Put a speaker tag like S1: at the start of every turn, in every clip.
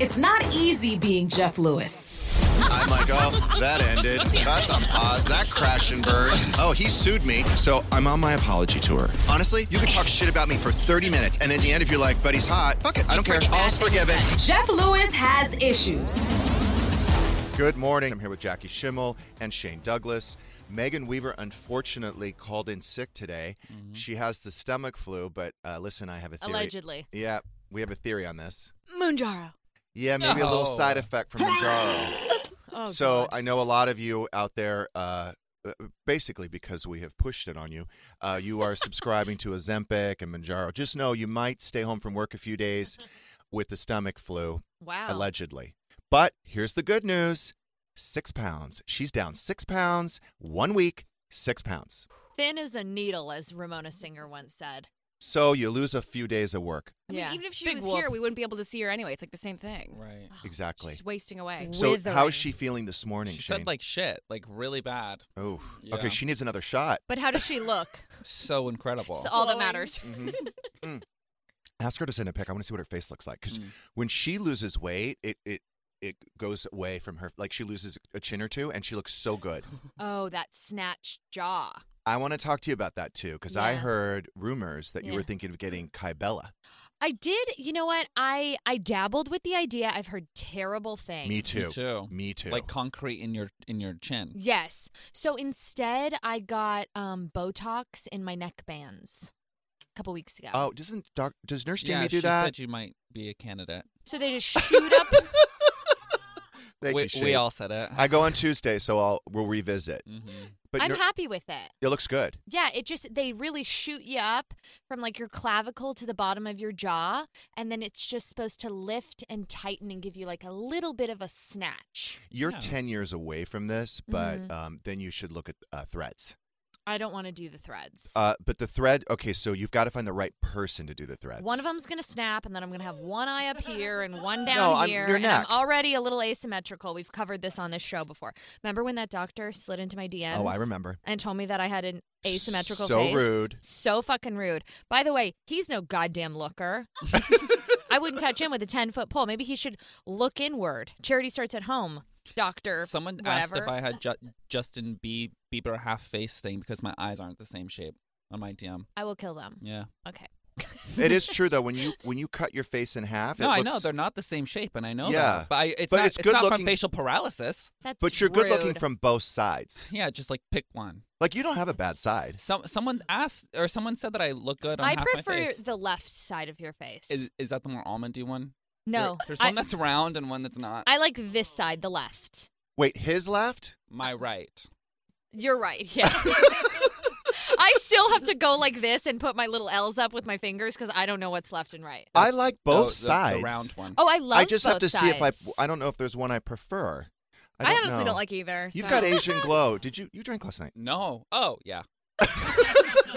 S1: It's not easy being Jeff Lewis.
S2: I'm like, oh, that ended. That's on pause. That crash and burn. Oh, he sued me. So I'm on my apology tour. Honestly, you could talk shit about me for 30 minutes, and at the end, if you're like, but he's hot, fuck it. I don't care. All's forgiven.
S1: Jeff Lewis has issues.
S2: Good morning. I'm here with Jackie Schimmel and Shane Douglas. Megan Weaver unfortunately called in sick today. She has the stomach flu, but uh, listen, I have a theory.
S3: Allegedly.
S2: Yeah, we have a theory on this.
S3: Moonjaro.
S2: Yeah, maybe a little
S4: Oh.
S2: side effect from Manjaro.
S3: Oh,
S2: so
S3: God.
S2: I know a lot of you out there, uh, uh, basically because we have pushed it on you, uh, you are subscribing to Ozempic and Manjaro. Just know you might stay home from work a few days with the stomach flu,
S3: wow.
S2: allegedly. But here's the good news six pounds. She's down six pounds, one week, six pounds.
S3: Thin as a needle, as Ramona Singer once said.
S2: So you lose a few days of work.
S5: I mean,
S3: Yeah.
S5: even if she
S3: Big
S5: was
S3: whoop.
S5: here, we wouldn't be able to see her anyway. It's like the same thing.
S4: Right.
S3: Oh,
S2: Exactly.
S5: She's wasting away.
S2: So how
S3: withering.
S2: is she feeling this morning,
S4: She
S2: Shane?
S4: said like shit, like really bad.
S2: oh,
S4: Yeah.
S2: okay. She needs another shot.
S3: But how does she look?
S4: So incredible.
S5: It's all that
S3: Glowing.
S5: matters.
S2: Mm-hmm. Mm. ask her to send a pic. I want to see what her face looks like because
S4: Mm.
S2: when she loses weight, it it it goes away from her. Like she loses a chin or two, and she looks so good.
S3: Oh, that snatch jaw.
S2: I want to talk to you about that too because I
S3: Yeah.
S2: heard rumors that you were
S3: Yeah.
S2: thinking of getting Kybella.
S3: I did. You know what? I I dabbled with the idea. I've heard terrible things.
S2: Me too.
S4: Me too.
S2: Me too.
S4: Like concrete in your in your chin.
S3: Yes. So instead, I got um Botox in my neck bands a couple weeks ago.
S2: oh, doesn't doc, does Nurse Jamie
S4: yeah,
S2: do
S4: she
S2: that?
S4: said you might be a candidate.
S3: So they just shoot up.
S2: Thank
S4: we,
S2: you,
S4: we
S2: Shane.
S4: all said it.
S2: I go on Tuesday, so I'll we'll revisit.
S4: hmm
S2: But
S3: Mm-hmm. I'm
S2: Nur-
S3: happy with it.
S2: it looks good.
S3: Yeah, it just they really shoot you up from like your clavicle to the bottom of your jaw, and then it's just supposed to lift and tighten and give you like a little bit of a snatch.
S2: You're
S4: Yeah.
S2: ten years away from this, but
S3: Mhm.
S2: um, then you should look at uh, threads.
S3: I don't want to do the threads.
S2: Uh, but the thread, okay, so you've got to find the right person to do the threads.
S3: one of them's gonna snap, and then I'm gonna have one eye up here and one down
S2: No, I'm-
S3: here.
S2: your
S3: and
S2: neck.
S3: I'm already a little asymmetrical. We've covered this on this show before. Remember when that doctor slid into my DMs?
S2: Oh, I remember.
S3: And told me that I had an asymmetrical
S2: So
S3: face.
S2: rude.
S3: So fucking rude. By the way, he's no goddamn looker. I wouldn't touch him with a 10 foot pole. Maybe he should look inward. Charity starts at home. Doctor.
S4: Someone
S3: whatever.
S4: asked if I had Ju- Justin B- Bieber half face thing because my eyes aren't the same shape on my DM.
S3: I will kill them.
S4: Yeah.
S3: Okay.
S2: it is true though when you when you cut your face in half.
S4: No,
S2: it
S4: I
S2: looks,
S4: know they're not the same shape, and I know
S2: Yeah.
S4: that. But I, it's
S2: But
S4: not.
S2: it's
S4: It's,
S2: good
S4: not
S2: looking-
S4: from facial paralysis.
S3: That's
S2: But you're good looking
S3: rude.
S2: from both sides.
S4: Yeah, just like pick one.
S2: Like you don't have a bad side.
S4: Some someone asked or someone said that I look good on
S3: I
S4: half my
S3: prefer
S4: face.
S3: the left side of your face.
S4: Is is that the more almondy one?
S3: no.
S4: There- there's
S3: I,
S4: one that's round and one that's not.
S3: I like this side, the left.
S2: Wait, his left?
S4: my right.
S3: You're right. Yeah. I still have to go like this and put my little L's up with my fingers because I don't know what's left and right.
S2: I like both
S4: The- the-
S2: sides.
S4: The round one.
S3: Oh, I love.
S2: I just have to
S3: both
S2: see if I.
S3: sides.
S2: I don't know if there's one I prefer. I,
S5: I,
S2: don't
S5: honestly
S2: know.
S5: don't like either.
S2: You've
S5: so-
S2: got Asian glow. Did you you drank last night?
S4: No. Oh, yeah.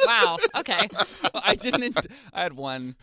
S5: wow. Okay.
S4: I didn't. int- I had one.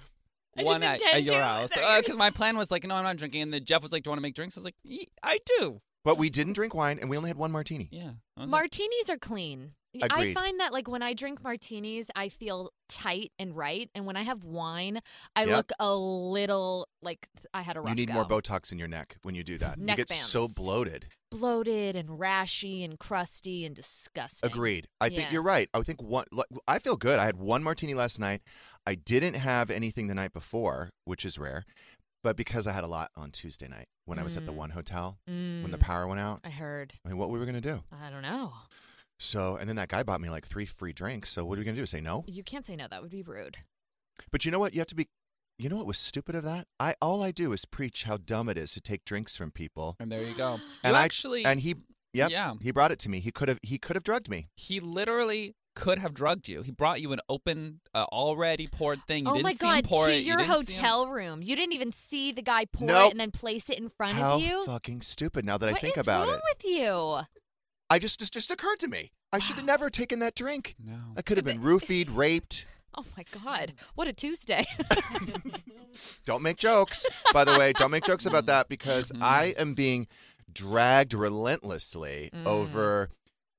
S5: I
S4: one
S5: didn't
S4: at, at
S5: intend
S4: your
S5: to.
S4: house
S5: Is that what you're-
S4: because my plan was like, no, I'm not drinking. And then Jeff was like, do you want to make drinks? I was like, "Ye- I do.
S2: But we didn't drink wine, and we only had one martini.
S4: Yeah. I was like,
S3: Martinis are clean. I
S2: Agreed.
S3: find that like when I drink martinis, I feel tight and right, and when I have wine, I
S2: Yep.
S3: look a little like th- I had a rough
S2: You need
S3: go.
S2: more Botox in your neck when you do that.
S3: Neck
S2: you get so
S3: bands.
S2: bloated.
S3: bloated and rashy and crusty and disgusting.
S2: Agreed. I think
S3: Yeah.
S2: you're right. I think one. like, I feel good. I had one martini last night. I didn't have anything the night before, which is rare, but because I had a lot on Tuesday night when I was at the
S3: Mm.
S2: one hotel when the
S3: Mm,
S2: power went out.
S3: I heard.
S2: I mean, what were we gonna do?
S3: I don't know.
S2: So, and then that guy bought me like three free drinks. So, what are we gonna do? Say no?
S3: You can't say no. That would be rude.
S2: But you know what? You have to be. You know what was stupid of that? I all I do is preach how dumb it is to take drinks from people.
S4: And there you go.
S2: And
S4: You
S2: I
S4: actually
S2: and he, yep,
S4: Yeah.
S2: he brought it to me. He could have he could have drugged me.
S4: He literally could have drugged you. He brought you an open, uh, already poured thing. You
S3: oh
S4: didn't
S3: my
S4: see him
S3: god!
S4: pour
S3: To
S4: it. You
S3: your
S4: didn't see him-
S3: hotel room, you didn't even see the guy pour
S2: Nope.
S3: it and then place it in front
S2: how
S3: of you.
S2: fucking stupid! Now that I
S3: What
S2: think
S3: is
S2: about
S3: wrong
S2: it,
S3: with you?
S2: I just just just occurred to me. I should have never taken that drink.
S4: No.
S2: I could have been roofied, raped.
S3: Oh my god! What a Tuesday!
S2: Don't make jokes. By the way, don't make jokes about that because I am being dragged relentlessly over.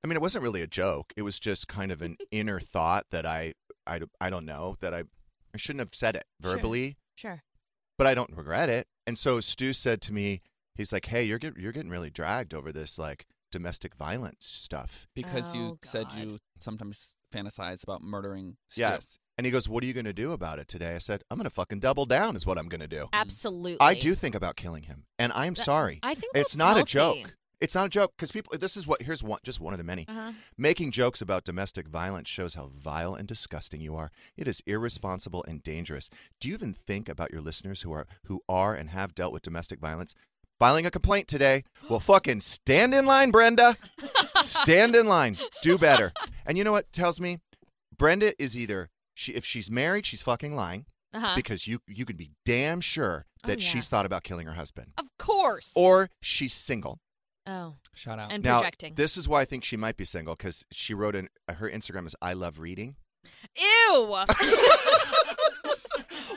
S2: I mean, it wasn't really a joke. It was just kind of an inner thought that I, I, I don't know that I, I shouldn't have said it
S3: Sure.
S2: verbally,
S3: sure.
S2: but I don't regret it. And so Stu said to me, he's like, "Hey, you're get, you're getting really dragged over this like domestic violence stuff."
S4: Because you
S3: Oh,
S4: said
S3: God.
S4: you sometimes fantasize about murdering. Stu.
S2: Yes. And he goes, "What are you going to do about it today?" I said, "I'm going to fucking double down. Is what I'm going to do."
S3: Absolutely.
S2: I do think about killing him, and I'm
S3: That-
S2: sorry.
S3: I think
S2: it's
S3: that's
S2: not a
S3: healthy.
S2: joke. It's not a joke because people. This is what here's one, just one of the many.
S3: Uh-huh.
S2: Making jokes about domestic violence shows how vile and disgusting you are. It is irresponsible and dangerous. Do you even think about your listeners who are who are and have dealt with domestic violence? Filing a complaint today. Well, fucking stand in line, Brenda. Stand in line. Do better. And you know what tells me? Brenda is either she if she's married, she's fucking lying
S3: Uh-huh.
S2: because you you can be damn sure
S3: Oh,
S2: that
S3: yeah.
S2: she's thought about killing her husband
S3: Of course.
S2: or she's single.
S3: oh,
S4: Shout out.
S3: and
S2: now,
S3: projecting.
S2: this is why I think she might be single because she wrote in uh, her Instagram is I love reading.
S3: Ew.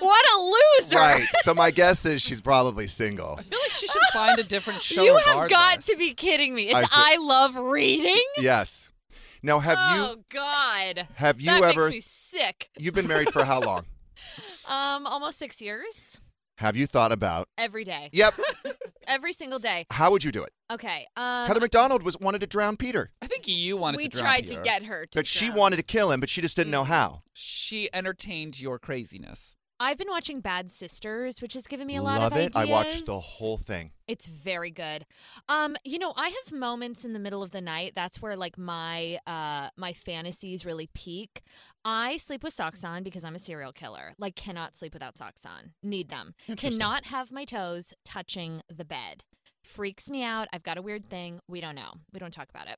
S3: what a loser.
S2: Right. so my guess is she's probably single.
S4: I feel like she should find a different show.
S3: you have got
S4: regardless.
S3: to be kidding me. It's
S2: I
S3: I,
S2: said-
S3: love reading.
S2: Yes. Now have
S3: oh
S2: you
S3: God.
S2: have you
S3: that
S2: ever
S3: makes me sick.
S2: you've been married for how long?
S3: Um, almost six years.
S2: have you thought about
S3: Every day.
S2: Yep.
S3: Every single day.
S2: How would you do it?
S3: Okay. Um
S2: Heather McDonald was wanted to drown Peter.
S4: I think you wanted
S3: we
S4: to. drown
S3: tried to
S4: Peter.
S3: get her to
S2: But she
S3: drown. Mm-hmm.
S2: wanted to kill him, but she just didn't know how.
S4: She entertained your craziness.
S3: I've been watching Bad Sisters, which has given me a lot
S2: Love
S3: of
S2: it.
S3: ideas.
S2: I watched the whole thing.
S3: It's very good. Um, you know, I have moments in the middle of the night. That's where like my uh my fantasies really peak. I sleep with socks on because I'm a serial killer. Like cannot sleep without socks on. Need them.
S2: Interesting.
S3: Cannot have my toes touching the bed. Freaks me out. I've got a weird thing. We don't know. We don't talk about it.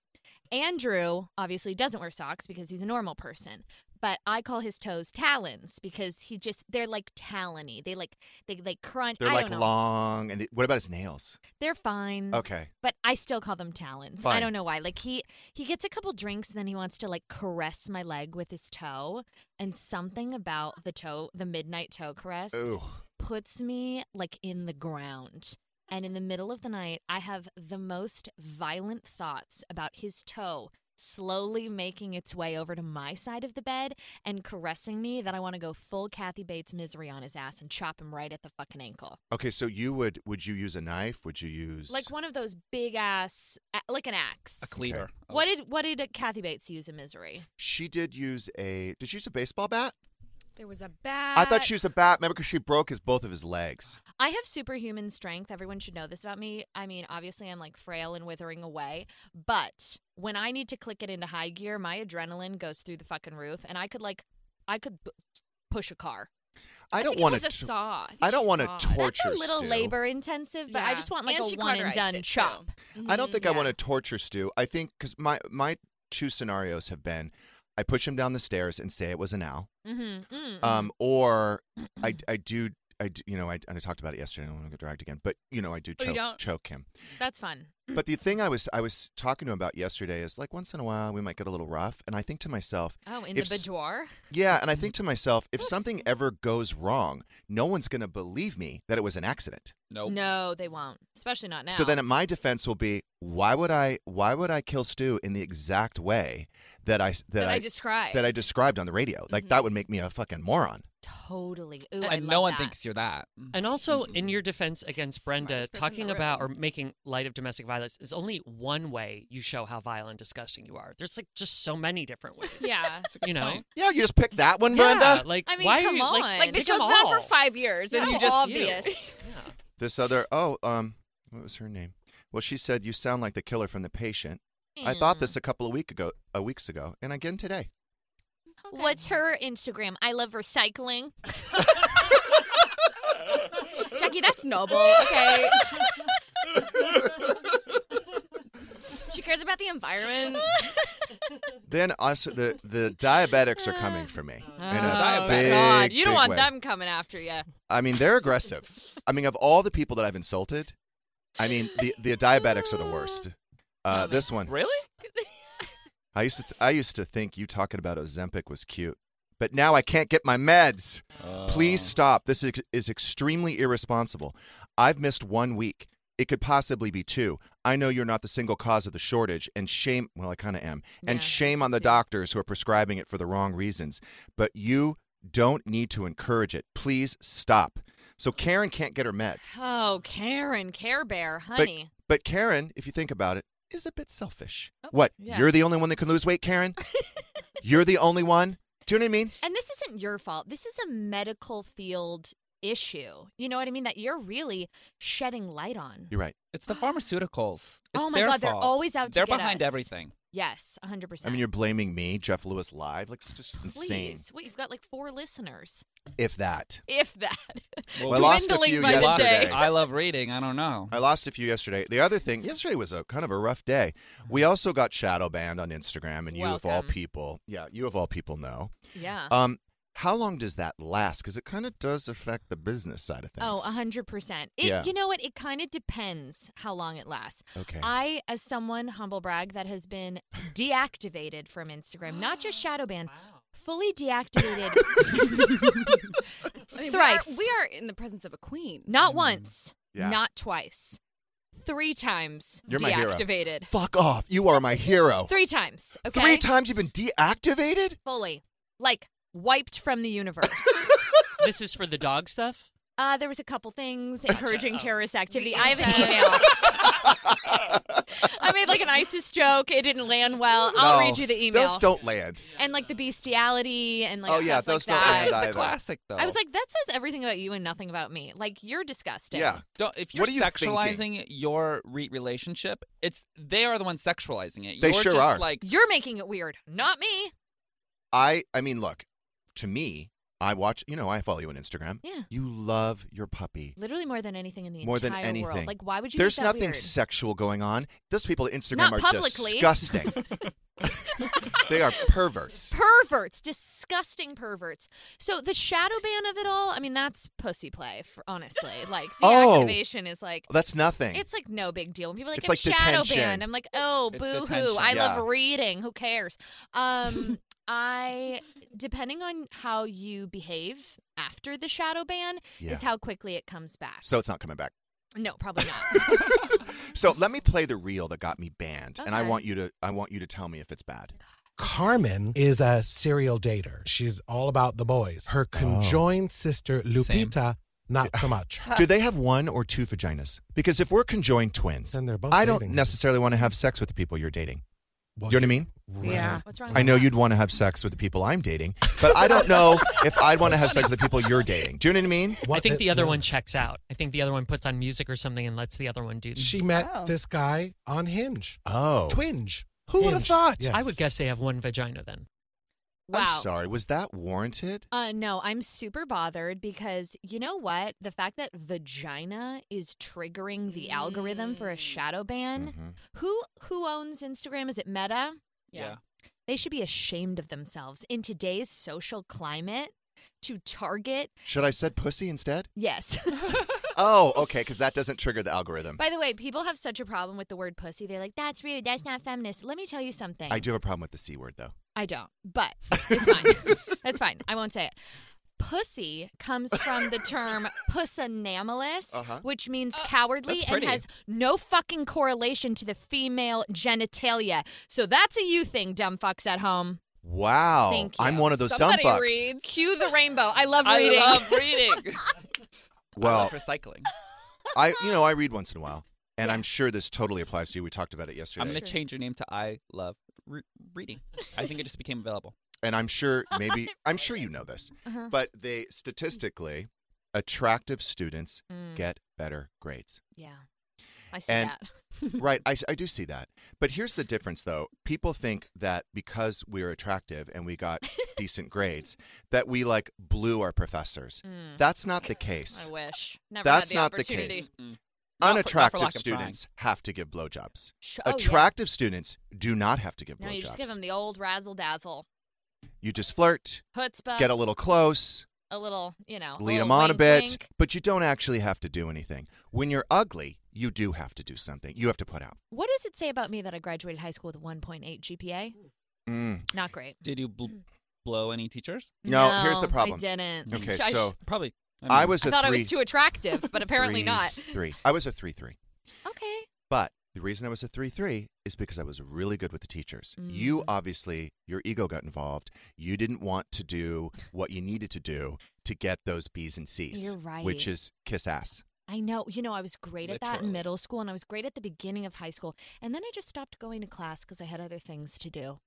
S3: Andrew obviously doesn't wear socks because he's a normal person. But I call his toes talons because he just they're like talony. They like they they crunch.
S2: They're
S3: I
S2: like
S3: don't know. Mm-hmm.
S2: long and what about his nails?
S3: They're fine
S2: Okay.
S3: but I still call them talons. I
S2: Fine.
S3: don't know why. Like he he gets a couple drinks and then he wants to like caress my leg with his toe and something about the toe, the midnight toe caress
S2: Ooh.
S3: puts me like in the ground. And in the middle of the night, I have the most violent thoughts about his toe slowly making its way over to my side of the bed and caressing me that I want to go full Kathy Bates misery on his ass and chop him right at the fucking ankle.
S2: Okay, so you would would you use a knife? Would you use
S3: Like one of those big ass, a- like an axe.
S4: A cleaver. Oh,
S3: What did what did Kathy Bates use in Misery?
S2: She did use a. Did she use a baseball bat?
S5: There was a bat.
S2: I
S3: Uh,
S2: thought she used a bat. Remember, because she broke his both of his legs.
S3: I have superhuman strength. Everyone should know this about me. I mean, obviously, I'm like frail and withering away, but when I need to click it into high gear, my adrenaline goes through the fucking roof, and I could like, I could b- push a car.
S2: I,
S5: think
S2: don't
S5: it
S2: want
S5: was a
S2: to.
S5: saw. think
S2: I
S5: she
S2: don't want
S5: sawed.
S2: to torture.
S3: That's a little
S2: Stu.
S3: labor intensive, but I
S5: Yeah.
S3: just want like
S5: And
S3: a
S5: she
S3: one and
S5: cauterized
S3: done
S5: it, too.
S3: chop. Mm-hmm.
S2: I don't think I
S5: yeah.
S2: want to torture Stu. I think because my my two scenarios have been, I
S3: Mm.
S2: Uh, push him down the stairs and say it was an owl,
S3: Mm-hmm.
S2: um, or Um, I I do I d- you know, I, and I talked about it yesterday. I don't want to get dragged again, but you know, I do
S5: Oh, you
S2: choke,
S5: don't?
S2: choke him.
S3: That's fun.
S2: But the thing I was I was talking to him about yesterday is like once in a while we might get a little rough, and I think to myself,
S3: Oh, in
S2: If
S3: the
S2: s-
S3: boudoir?
S2: yeah,
S5: Mm-hmm.
S2: and I think to myself, if something ever goes wrong, no one's going to believe me that it was an accident.
S4: Nope.
S3: No, they won't. Especially not now.
S2: So then my defense will be, why would I why would I kill Stu in the exact way that I that,
S5: that I,
S2: I,
S5: described. Mm-hmm.
S2: that I described on the radio? Like that would make me a fucking moron.
S3: totally. Ooh, I
S4: and
S3: love
S4: no one
S3: that.
S4: thinks you're that.
S6: And also, in your defense against Brenda,
S5: Smartest person in
S6: talking
S5: the
S6: about or
S5: room.
S6: making light of domestic violence is only one way you show how vile and disgusting you are. There's like just so many different ways.
S5: yeah.
S6: You know?
S4: point.
S2: Yeah, you just pick that one,
S6: Yeah,
S2: Brenda.
S6: like,
S3: I mean,
S6: why
S3: come
S6: are you like,
S3: on.
S6: like
S5: Like
S3: Pick
S5: this
S6: them
S5: show's been on for
S6: all.
S5: five years, and
S6: Yeah.
S5: you just
S6: How
S5: obvious.
S6: Yeah.
S2: This other oh, um what was her name? Well, she said you sound like the killer from the patient. I
S5: Mm.
S2: thought this a couple of week ago, a weeks ago, and again today.
S3: What's her Instagram? I love recycling.
S5: Jackie, that's noble. Okay. she cares about the environment.
S2: Then also the the diabetics are coming for me. in a
S3: Oh,
S2: big,
S3: God. You don't
S2: big
S3: want
S2: way.
S3: them coming after you.
S2: I mean, they're aggressive. I mean, of all the people that I've insulted, I mean, the the diabetics are the worst. Uh, this one,
S4: Really?
S2: I used to th- I used to think you talking about Ozempic was cute, but now I can't get my meds. Please stop. This is, is extremely irresponsible. I've missed one week. It could possibly be two. I know you're not the single cause of the shortage, and shame. Well, I kind of am, and
S3: Yeah,
S2: shame
S3: this
S2: on the
S3: is it.
S2: doctors who are prescribing it for the wrong reasons. But you don't need to encourage it. Please stop. So Karen can't get her meds.
S3: Oh, Karen, Care Bear,
S2: But,
S3: honey.
S2: but Karen, if you think about it, is a bit selfish.
S3: Oh,
S2: what?
S3: yeah.
S2: You're the only one that can lose weight, Karen? You're the only one? Do you know what I mean?
S3: and this isn't your fault. This is a medical field issue. You know what I mean? That you're really shedding light on.
S2: You're right.
S4: It's the pharmaceuticals. It's
S3: Oh my
S4: their
S3: God, they're
S4: fault.
S3: always out to
S4: They're
S3: get
S4: behind
S3: us.
S4: everything.
S3: Yes, 100%.
S2: I mean, you're blaming me, Jeff Lewis, live. Like, it's just
S3: Please.
S2: insane.
S3: Wait, you've got like four listeners.
S2: If that.
S3: If that.
S4: Well,
S2: Well, I
S4: we
S2: lost a
S3: dwindling
S2: few
S3: by the
S4: lost it.
S2: yesterday.
S3: day.
S4: I love reading. I don't know.
S2: I lost a few yesterday. The other thing, yesterday was a kind of a rough day. We
S4: Mm-hmm.
S2: also got shadow banned on Instagram, and you of all
S3: Welcome.
S2: people, yeah, you of all people know.
S3: yeah.
S2: Um, how long does that last? Because it kind of does affect the business side of things.
S3: Oh, a 100%. It,
S2: Yeah.
S3: You know what? It kind of depends how long it lasts.
S2: Okay.
S3: I, as someone, humble brag, that has been deactivated from Instagram, not just shadow banned, fully deactivated,
S5: I mean,
S3: Thrice.
S5: We are, we are in the presence of a queen.
S3: not
S2: Mm.
S3: once,
S2: Yeah.
S3: not twice, three times
S2: You're my hero.
S3: deactivated.
S2: Fuck off. You are my hero.
S3: Three times. Okay.
S2: Three times you've been deactivated?
S3: Fully. Like, wiped from the universe.
S6: This is for the dog stuff?
S3: Uh, there was a couple things encouraging
S2: Oh.
S3: terrorist activity. I have an
S5: incest.
S3: email. I made like an ISIS joke. It didn't land well. I'll
S2: No,
S3: read you the email.
S2: Oh, Those don't land.
S3: and like the bestiality and like
S2: Oh, yeah,
S3: stuff
S2: those
S3: like
S2: don't
S4: That's
S2: land
S3: that.
S4: just
S2: either.
S4: a classic, though.
S3: I was like, that says everything about you and nothing about me. Like you're disgusting.
S2: Yeah.
S4: Don't, if you're
S2: What are you
S4: sexualizing your re- relationship, it's they are the ones sexualizing it.
S2: They
S4: you're
S2: sure
S4: just
S2: are.
S4: Like
S3: You're making it weird, not me.
S2: I I mean, look, to me, I watch, you know, I follow you on Instagram.
S3: Yeah.
S2: You love your puppy.
S3: Literally more than anything in the
S2: More than
S3: entire
S2: anything.
S3: world. Like why would you?
S2: There's
S3: make that
S2: nothing
S3: weird?
S2: sexual going on. Those people at Instagram
S3: Not
S2: are
S3: publicly.
S2: disgusting. they are perverts.
S3: perverts, disgusting perverts. So the shadow ban of it all. I mean, that's pussy play. For, honestly, like
S2: Oh.
S3: deactivation is like
S2: That's nothing.
S3: It's like no big deal. When people are like,
S2: It's
S3: I'm
S2: like
S3: shadow
S2: detention.
S3: banned. I'm like, oh,
S4: It's
S3: boo hoo.
S4: detention.
S3: I
S2: Yeah.
S3: love reading. Who cares? Um, I, depending on how you behave after the shadow ban,
S2: Yeah.
S3: is how quickly it comes back.
S2: so it's not coming back.
S3: no, probably not.
S2: So let me play the reel that got me banned, and I
S3: Okay.
S2: want you to I want you to tell me if it's bad.
S7: Carmen is a serial dater. She's all about the boys. Her
S2: Oh.
S7: conjoined sister, Lupita, not so much.
S2: Do they have one or two vaginas? Because if we're conjoined twins,
S7: Then they're both
S2: I don't
S7: dating.
S2: necessarily want to have sex with the people you're dating.
S7: Well,
S2: you know what I mean?
S7: Yeah.
S3: What's wrong?
S2: I know you'd want to have sex with the people I'm dating, but I don't know if I'd want to have sex with the people you're dating. Do you know what I mean?
S6: I think the other one checks out. I think the other one puts on music or something and lets the other one do.
S7: She met this guy on Hinge.
S2: Oh.
S7: Twinge.
S2: Who would've
S7: Hinge.
S2: thought?
S7: Yes.
S6: I would guess they have one vagina then.
S3: Wow.
S2: I'm sorry. Was that warranted?
S3: Uh, no, I'm super bothered because you know what? The fact that vagina is triggering the algorithm for a shadow ban.
S6: Mm-hmm.
S3: Who who owns Instagram? Is it Meta?
S4: yeah.
S3: They should be ashamed of themselves in today's social climate to Target.
S2: Should I said pussy instead?
S3: Yes.
S2: Oh, okay, because that doesn't trigger the algorithm.
S3: By the way, people have such a problem with the word pussy. They're like, that's rude. That's not feminist. Let me tell you something.
S2: I do have a problem with the C word, though.
S3: I don't, but it's fine. That's fine. I won't say it. Pussy comes from the term pussanamalous,
S2: Uh-huh.
S3: which means cowardly
S2: that's
S3: and
S2: pretty.
S3: has no fucking correlation to the female genitalia. So that's a you thing, dumb fucks at home.
S2: Wow.
S3: Thank
S2: Oh, I'm one of those dumb fucks.
S3: Cue the rainbow. I love
S4: I
S3: reading.
S4: love reading.
S2: Well,
S4: recycling.
S2: I you know I read once in a while, and I'm sure this totally applies to you. We talked about it yesterday.
S4: I'm going to change your name to I Love Re- Reading. I think it just became available.
S2: and I'm sure maybe I'm sure you know this,
S4: Uh-huh.
S2: but they statistically attractive students
S3: Mm.
S2: get better grades.
S3: yeah. I see
S2: And-
S3: that.
S2: right, I, s- I do see that. But here's the difference, though. People think that because we're attractive and we got decent grades, that we like blew our professors.
S3: Mm.
S2: That's not the case.
S3: I wish. Never
S2: That's
S3: had the
S2: not the
S3: opportunity.
S2: case.
S4: Not for- not for
S2: Unattractive
S4: lack of trying.
S2: students have to give blowjobs.
S3: Sh- oh, yeah.
S2: Attractive students do not have to give
S3: No,
S2: blowjobs.
S3: you just give them the old razzle dazzle.
S2: You just flirt,
S3: Chutzpah.
S2: get a little close,
S3: a little, you know,
S2: lead
S3: oh,
S2: them on a
S3: wink,
S2: bit,
S3: wink.
S2: but you don't actually have to do anything. When you're ugly, you do have to do something. You have to put out.
S3: What does it say about me that I graduated high school with a 1.8 GPA?
S2: Mm.
S3: Not great.
S4: Did you bl- blow any teachers?
S2: No, here's the
S3: Hmm. I
S2: problem.
S3: didn't.
S2: Okay,
S3: I sh-
S2: so
S4: Probably.
S2: I,
S4: mean-
S2: was a
S3: I thought
S2: three,
S3: I was too attractive, but apparently
S2: three-
S3: not.
S2: Three. I was a three three.
S3: Okay.
S2: But the reason I was a three three is because I was really good with the teachers.
S3: Mm.
S2: You obviously your ego got involved. You didn't want to do what you needed to do to get those B's and C's,
S3: You're right.
S2: which is kiss ass.
S3: I know. You know, I was great at that in
S4: Literally.
S3: middle school and I was great at the beginning of high school. And then I just stopped going to class because I had other things to do.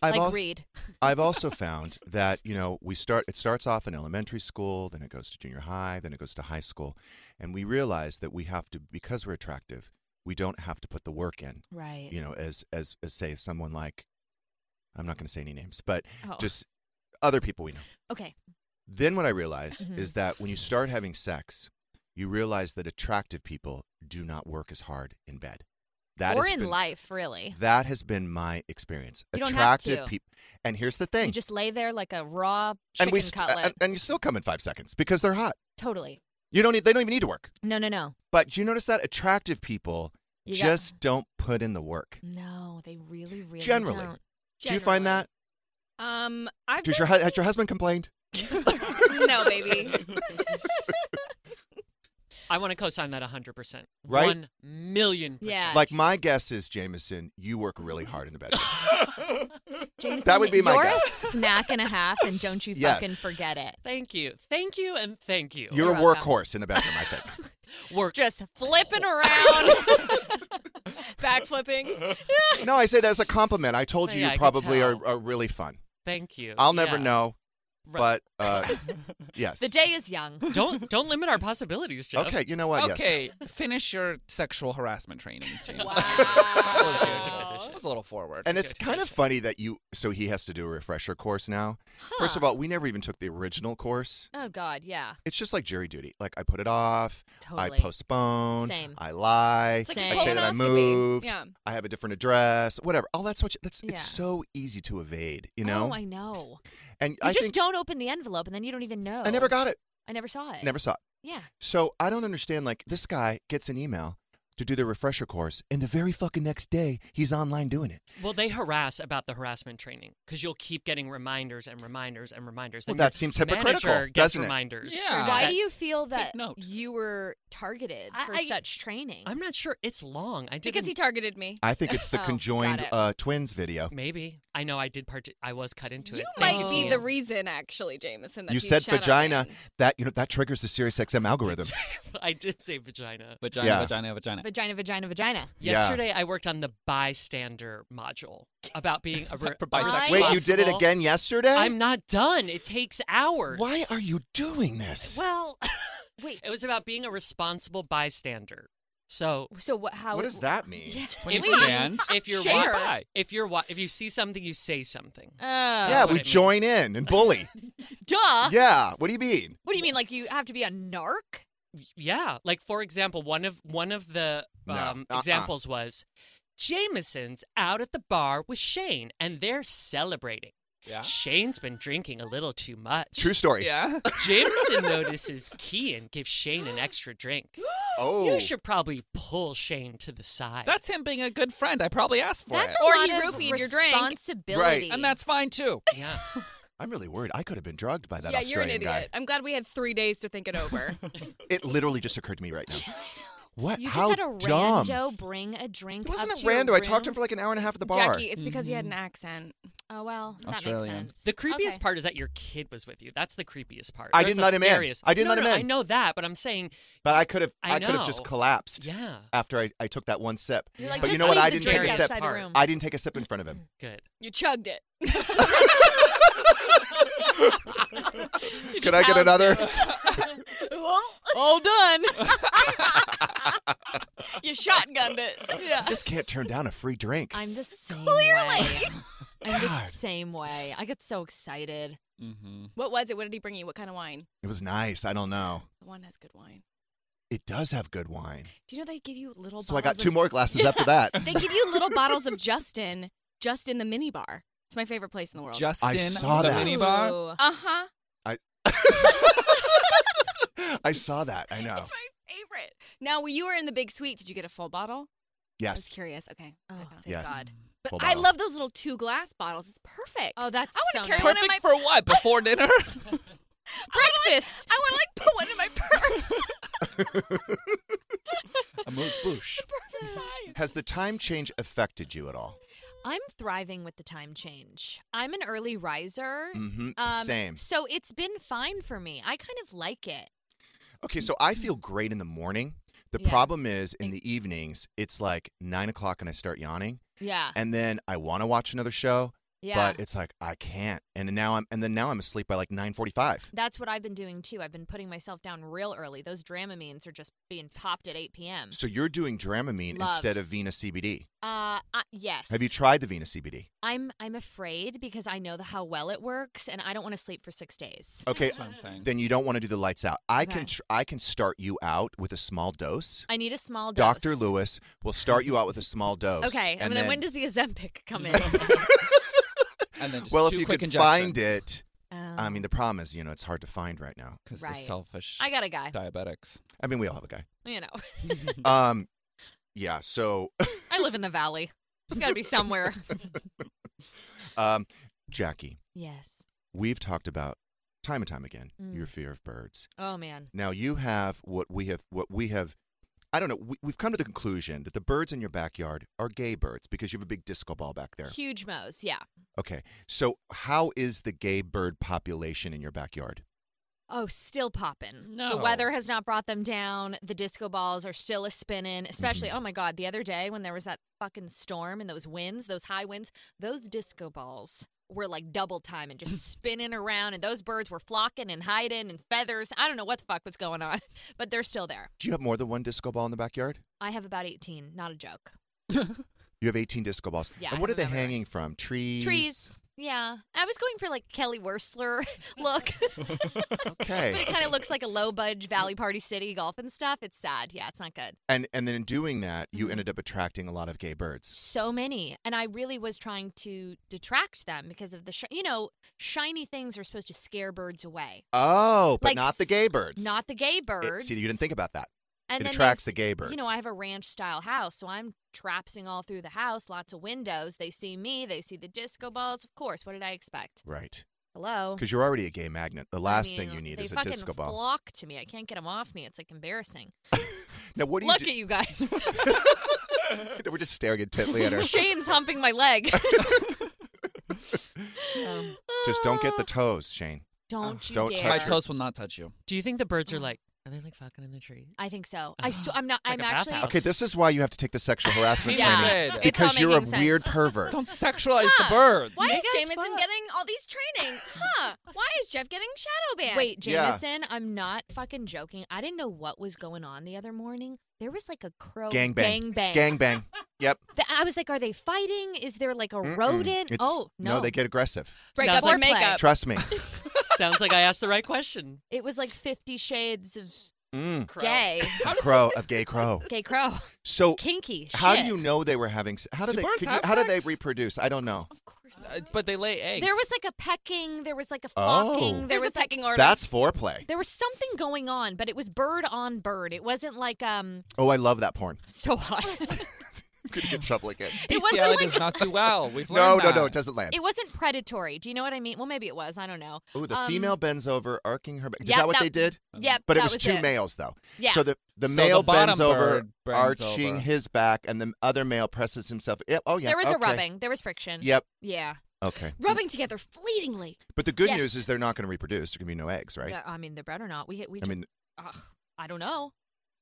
S2: I've
S3: like
S2: al-
S3: read.
S2: I've also found that you know we start it starts off in elementary school, then it goes to junior high, then it goes to high school, and we realize that we have to because we're attractive, we don't have to put the work in.
S3: Right.
S2: You know, as as, as say someone like I'm not going to say any names, but
S3: Oh.
S2: just other people we know.
S3: Okay.
S2: Then what I realize
S3: Mhm.
S2: is that when you start having sex, you realize that attractive people do not work as hard in bed. That
S3: or
S2: has
S3: in
S2: been-
S3: life, really.
S2: That has been my experience.
S3: You don't have
S2: attractive
S3: to.
S2: people, and here's the thing:
S3: You just lay there like a raw chicken
S2: and we st- uh,
S3: cutlet.
S2: and, and you still come in five seconds because they're hot.
S3: totally.
S2: You don't need. They don't even need to work.
S3: No, no, no.
S2: But do you notice that attractive people
S3: You got-
S2: just don't put in the work?
S3: No, Oh, they really, really
S2: generally.
S3: don't.
S2: do you find that?
S5: Um, I've
S2: Does your
S5: been-
S2: hu- has your husband complained?
S5: no baby.
S6: I want to co-sign that 100%.
S2: Right?
S6: One million percent.
S3: Yeah.
S2: Like my guess is, Jameson, you work really hard in the bedroom.
S3: Jameson,
S2: That would be my
S3: you're
S2: guess.
S3: a snack and a half, and don't you
S2: Yes.
S3: fucking forget it.
S6: Thank you. Thank you and thank you.
S2: You're a
S3: welcome.
S2: workhorse in the bedroom, I think.
S6: Work.
S3: Just flipping around.
S5: Back flipping.
S2: No, I say that as a compliment. I told you
S6: Yeah, I
S2: you
S6: could
S2: probably are,
S6: tell.
S2: are really fun.
S6: Thank you.
S2: I'll never
S6: Yeah.
S2: know,
S6: Right.
S2: but uh, yes.
S3: the day is young.
S6: don't don't limit our possibilities, Jeff.
S2: okay, you know what? Yes.
S4: Okay, finish your sexual harassment training, James.
S3: Wow.
S4: That was your definition. That was a little forward.
S2: And it's kind of funny that you. So he has to do a refresher course now. First of all, we never even took the original course.
S3: Oh God, yeah.
S2: It's just like jury duty. Like I put it off. I
S3: Totally.
S2: postpone.
S3: Same.
S2: I lie.
S3: like
S2: I say that I
S5: colonoscopy.
S2: moved.
S5: Yeah.
S2: I have a different address. Whatever. All that's what. You, that's
S3: Yeah.
S2: it's so easy to evade. You know.
S3: Oh, I know.
S2: and
S3: You
S2: I
S3: just
S2: think
S3: don't open the envelope, and then you don't even know.
S2: I never got it.
S3: I never saw it.
S2: Never saw it.
S3: Yeah.
S2: So I don't understand. Like this guy gets an email to do the refresher course, and the very fucking next day he's online doing it.
S6: Well, they harass about the harassment training because you'll keep getting reminders and reminders and reminders.
S2: Well,
S6: and
S2: that
S6: your
S2: seems hypocritical,
S6: manager gets
S2: doesn't it?
S6: reminders.
S4: Yeah.
S3: Why
S6: That's-
S3: do you feel
S4: Take
S3: that
S4: note.
S3: you were targeted
S6: I-
S3: for
S6: I-
S3: such training?
S6: I'm not sure. It's long. I didn't.
S5: Because he targeted me.
S2: I think it's the
S3: Oh, got
S2: conjoined
S3: it.
S2: uh, twins video.
S6: Maybe I know I did part. I was cut into
S5: You
S6: it. Thank
S5: might be
S6: you.
S5: the reason, actually, Jameson. That
S2: You
S5: he
S2: said
S5: shut up
S2: vagina.
S5: and-
S2: That you know that triggers the SiriusXM algorithm.
S6: I did say vagina.
S4: Vagina,
S2: Yeah.
S4: vagina, vagina.
S3: Vagina, vagina, vagina.
S2: Yeah.
S6: Yesterday, I worked on the bystander module about being a re-
S4: For bisexual.
S2: Wait, you did it
S6: responsible-
S2: again yesterday?
S6: I'm not done. It takes hours.
S2: Why are you doing this?
S6: Well,
S3: Wait.
S6: it was about being a responsible bystander. So
S3: So what? How?
S2: what does that mean?
S4: It's when you
S6: Please.
S4: stand,
S6: if you're
S4: walk
S6: wa-
S4: by.
S6: if you're wa- if you see something, you say something.
S3: Oh.
S2: yeah,
S6: what
S2: we
S6: it
S2: join in and bully.
S3: Duh.
S2: yeah, what do you mean?
S3: What do you mean? Like you have to be a narc?
S6: Y- Yeah, like for example, one of one of the
S2: No,
S6: um,
S2: uh-uh.
S6: examples was Jameson's out at the bar with Shane, and they're celebrating. Yeah. Shane's been drinking a little too much.
S2: True story.
S4: Yeah.
S6: Jameson notices Key and gives Shane an extra drink.
S2: Oh.
S6: You should probably pull Shane to the side.
S4: That's him being a good friend. I probably asked for
S3: That's
S4: it.
S3: a
S5: Or
S3: lot
S5: you
S3: of
S5: roofied your drink.
S3: responsibility.
S4: And that's fine too.
S6: Yeah.
S2: I'm really worried. I could have been drugged by that
S5: yeah,
S2: Australian
S5: you're an
S2: guy.
S5: idiot. I'm glad we had three days to think it over.
S2: It literally just occurred to me right now. What?
S3: You just
S2: How
S3: had a
S2: dumb.
S3: rando bring a drink.
S2: It wasn't
S3: up
S2: a
S3: to your
S2: rando. I talked to him
S3: room?
S2: for like an hour and a half at the bar.
S5: Jackie, it's because he had an accent.
S3: Oh well, that
S4: Australian.
S3: makes sense.
S6: The creepiest
S3: Okay.
S6: part is that your kid was with you. That's the creepiest part.
S2: I
S6: That's
S2: didn't
S6: the
S2: let him in.
S6: scariest-
S2: I didn't
S6: No,
S2: let him
S6: no, I
S2: in.
S6: know that, but I'm saying,
S2: But I could have
S6: I
S2: I, could have
S6: know.
S2: just collapsed
S6: yeah,
S2: after I, I took that one sip.
S3: You're like,
S2: but you
S3: just
S2: know what?
S3: leave
S2: I
S3: the
S2: didn't take a
S3: drink
S2: sip.
S3: outside the
S6: part.
S3: room.
S2: I didn't take a sip in front of him.
S6: good.
S5: You chugged it.
S2: Could I get another?
S5: All done. you shotgunned it. Yeah.
S2: Just can't turn down a free drink.
S3: I'm the same way. I'm the same way. I get so excited.
S4: Mm-hmm.
S5: What was it? What did he bring you? What kind of wine?
S2: It was nice. I don't know.
S5: The one has good wine.
S2: It does have good wine.
S5: Do you know they give you little bottles
S2: So I got
S5: of-
S2: two more glasses after that.
S5: They give you little bottles of Justin just in the mini bar. It's my favorite place in the world.
S4: Justin,
S2: saw
S4: the
S2: that.
S4: mini bar.
S3: Ooh.
S5: uh-huh.
S2: I saw that. I know.
S5: It's my favorite. Now, when you were in the big suite, did you get a full bottle? I was
S2: Yes.
S5: curious. Okay. that's what I
S3: Oh,
S5: thought.
S3: thank
S2: Yes.
S3: God.
S5: But
S2: Full
S5: I
S2: bottle.
S5: love those little two glass bottles. It's perfect.
S3: Oh, that's
S5: I
S3: so
S5: want to carry
S3: nice.
S5: one in my
S4: Perfect for what? Before dinner?
S5: breakfast. I want to like put one in my purse.
S4: Amuse bouche.
S5: perfect size.
S2: Has the time change affected you at all?
S3: I'm thriving with the time change. I'm an early riser.
S2: Mm-hmm.
S3: Um,
S2: Same.
S3: So it's been fine for me. I kind of like it.
S2: Okay, so I feel great in the morning. The
S3: Yeah.
S2: problem is in the evenings, it's like nine o'clock and I start yawning,
S3: Yeah.
S2: and then I want to watch another show,
S3: Yeah.
S2: but it's like I can't. And now I'm, and then now I'm asleep by like nine forty-five.
S3: That's what I've been doing too. I've been putting myself down real early. Those Dramamines are just being popped at 8 p.m.
S2: So you're doing Dramamine
S3: Mm. Love.
S2: instead of Vena CBD.
S3: Uh, uh yes.
S2: Have you tried the Vena CBD?
S3: I'm I'm afraid because I know the, how well it works, and I don't want to sleep for six days.
S2: Okay,
S4: That's what I'm saying.
S2: then you don't want to do the lights out. I
S3: Okay.
S2: can, tr- I can start you out with a small dose.
S3: I need a small dose.
S2: Doctor Lewis will start you out with a small dose.
S3: Okay, and, then, when does the Ozempic come in?
S4: and then just
S2: well, if
S4: two
S2: you
S4: quick
S2: could
S4: injections.
S2: find it, I
S3: Um,
S2: mean, the problem is, you know, it's hard to find right now.
S4: Because
S3: Right.
S4: the selfish
S3: I got a guy.
S4: diabetics.
S2: I mean, we all have a guy.
S3: You know,
S2: Um, yeah. So,
S3: I live in the valley. It's got to be somewhere.
S2: um, Jackie,
S3: yes.
S2: we've talked about time and time again
S3: Mm.
S2: your fear of birds.
S3: Oh man.
S2: Now you have what we have. What we have. I don't know. We, we've come to the conclusion that the birds in your backyard are gay birds because you have a big disco ball back there.
S3: Huge mows. Yeah.
S2: Okay. So, how is the gay bird population in your backyard?
S3: Oh, still popping.
S4: No.
S3: The weather has not brought them down. The disco balls are still a spinning. Especially, oh my God, the other day when there was that fucking storm and those winds, those high winds, those disco balls were like double time and just spinning around. And those birds were flocking and hiding and feathers. I don't know what the fuck was going on, but they're still there.
S2: Do you have more than one disco ball in the backyard?
S3: I have about 18, not a joke.
S2: You have 18 disco balls.
S3: Yeah,
S2: and
S3: I
S2: what are
S3: have
S2: they
S3: them everywhere.
S2: hanging from? Trees.
S3: Trees. Yeah. I was going for like Kelly Wurstler look.
S2: Okay.
S3: but it kind of looks like a low budge Valley Party City golf and stuff. It's sad. Yeah, it's not good.
S2: And and then in doing that,
S3: Mm-hmm.
S2: you ended up attracting a lot of gay birds.
S3: so many and i really was trying to detract them because of the shi you know shiny things are supposed to scare birds away
S2: Oh, but
S3: Like
S2: not the
S3: s-
S2: gay birds.
S3: not the gay
S2: It-
S3: birds
S2: see, you didn't think about that.
S3: and
S2: it
S3: then
S2: attracts the
S3: there's-
S2: gay
S3: you
S2: birds.
S3: know i have a ranch style house so i'm trapsing all through the house lots of windows they see me they see the disco balls of course what did i expect
S2: Right.
S3: hello
S2: Because you're already a gay magnet. The
S3: I
S2: last thing
S3: mean,
S2: you need
S3: they
S2: is a
S3: fucking
S2: disco ball.
S3: flock to me i can't get them off me it's like embarrassing
S2: now, what do you
S3: look
S2: do?
S3: at you guys
S2: We're just staring intently at her.
S3: shane's humping my leg Um,
S2: just don't get the toes, Shane.
S3: don't you
S2: Don't
S3: dare
S4: My
S2: touch
S4: toes will not touch you.
S6: Do you think the birds are like, are they like fucking in the tree?
S3: I think so. I so, I'm not.
S6: It's like
S3: I'm
S6: a
S3: actually.
S6: bathhouse.
S2: Okay, this is why you have to take the sexual harassment
S3: Yeah.
S4: It's
S2: training.
S4: all
S2: Because you're a
S3: making sense.
S2: weird pervert.
S4: Don't sexualize the birds.
S5: Why is
S6: Make us
S5: Jameson
S6: fuck.
S5: getting all these trainings? Huh? Why is Jeff getting shadow banned?
S3: Wait,
S2: Yeah.
S3: Jameson, I'm not fucking joking. I didn't know what was going on the other morning. There was like a crow
S2: Gang bang.
S3: bang.
S2: Gang bang. Yep.
S3: Th- I was like, are they fighting? Is there like a
S2: Mm-mm.
S3: rodent?
S2: It's-
S3: oh no,
S2: No, they get aggressive.
S3: break
S6: Sounds
S3: up
S6: like
S3: foreplay.
S5: makeup.
S2: Trust me.
S6: Sounds like I asked the right question.
S3: It was like Fifty Shades of
S2: Mm.
S6: Crow.
S3: Gay,
S2: Crow of gay crow.
S3: Gay Crow,
S2: So
S3: kinky.
S2: how do
S3: shit.
S2: you know they were having? se- How do,
S4: Do
S2: they?
S4: birds
S2: could you-
S4: have
S2: how do they
S4: sex?
S2: reproduce? I don't know.
S5: Of course or something.
S4: Uh, but they lay eggs.
S3: There was like a pecking, there was like a
S2: Oh.
S3: flocking, there
S5: There's a
S3: was like-
S5: pecking order.
S2: That's foreplay.
S3: There was something going on, but it was bird on bird. It wasn't like um
S2: Oh, I love that porn.
S3: so hot.
S2: Could get in trouble again.
S3: It wasn't
S4: Bestiality
S3: like-
S4: does not do well. We've
S2: No,
S4: learned
S2: no, no,
S4: that.
S2: it doesn't land.
S3: it wasn't predatory. Do you know what I mean? Well, maybe it was. I don't know.
S2: Oh, the
S3: Um,
S2: female bends over, arcing her back. Is
S3: yep,
S2: that what
S3: that-
S2: they did?
S3: yep,
S2: But it
S3: that
S2: was,
S3: was
S2: two
S3: it.
S2: males though.
S3: Yeah.
S2: So the the
S4: So the
S2: male bends
S4: bottom
S2: over,
S4: bird bends
S2: arching
S4: over.
S2: his back, and the other male presses himself. Yeah, oh yeah.
S3: there was a
S2: okay.
S3: rubbing. There was friction.
S2: Yep.
S3: Yeah.
S2: Okay.
S5: Rubbing together fleetingly.
S2: But the good
S3: Yes.
S2: news is they're not going to reproduce. There can be no eggs, right?
S3: Yeah, I mean, they're bred or not. We we.
S2: I mean,
S3: ugh, I don't know.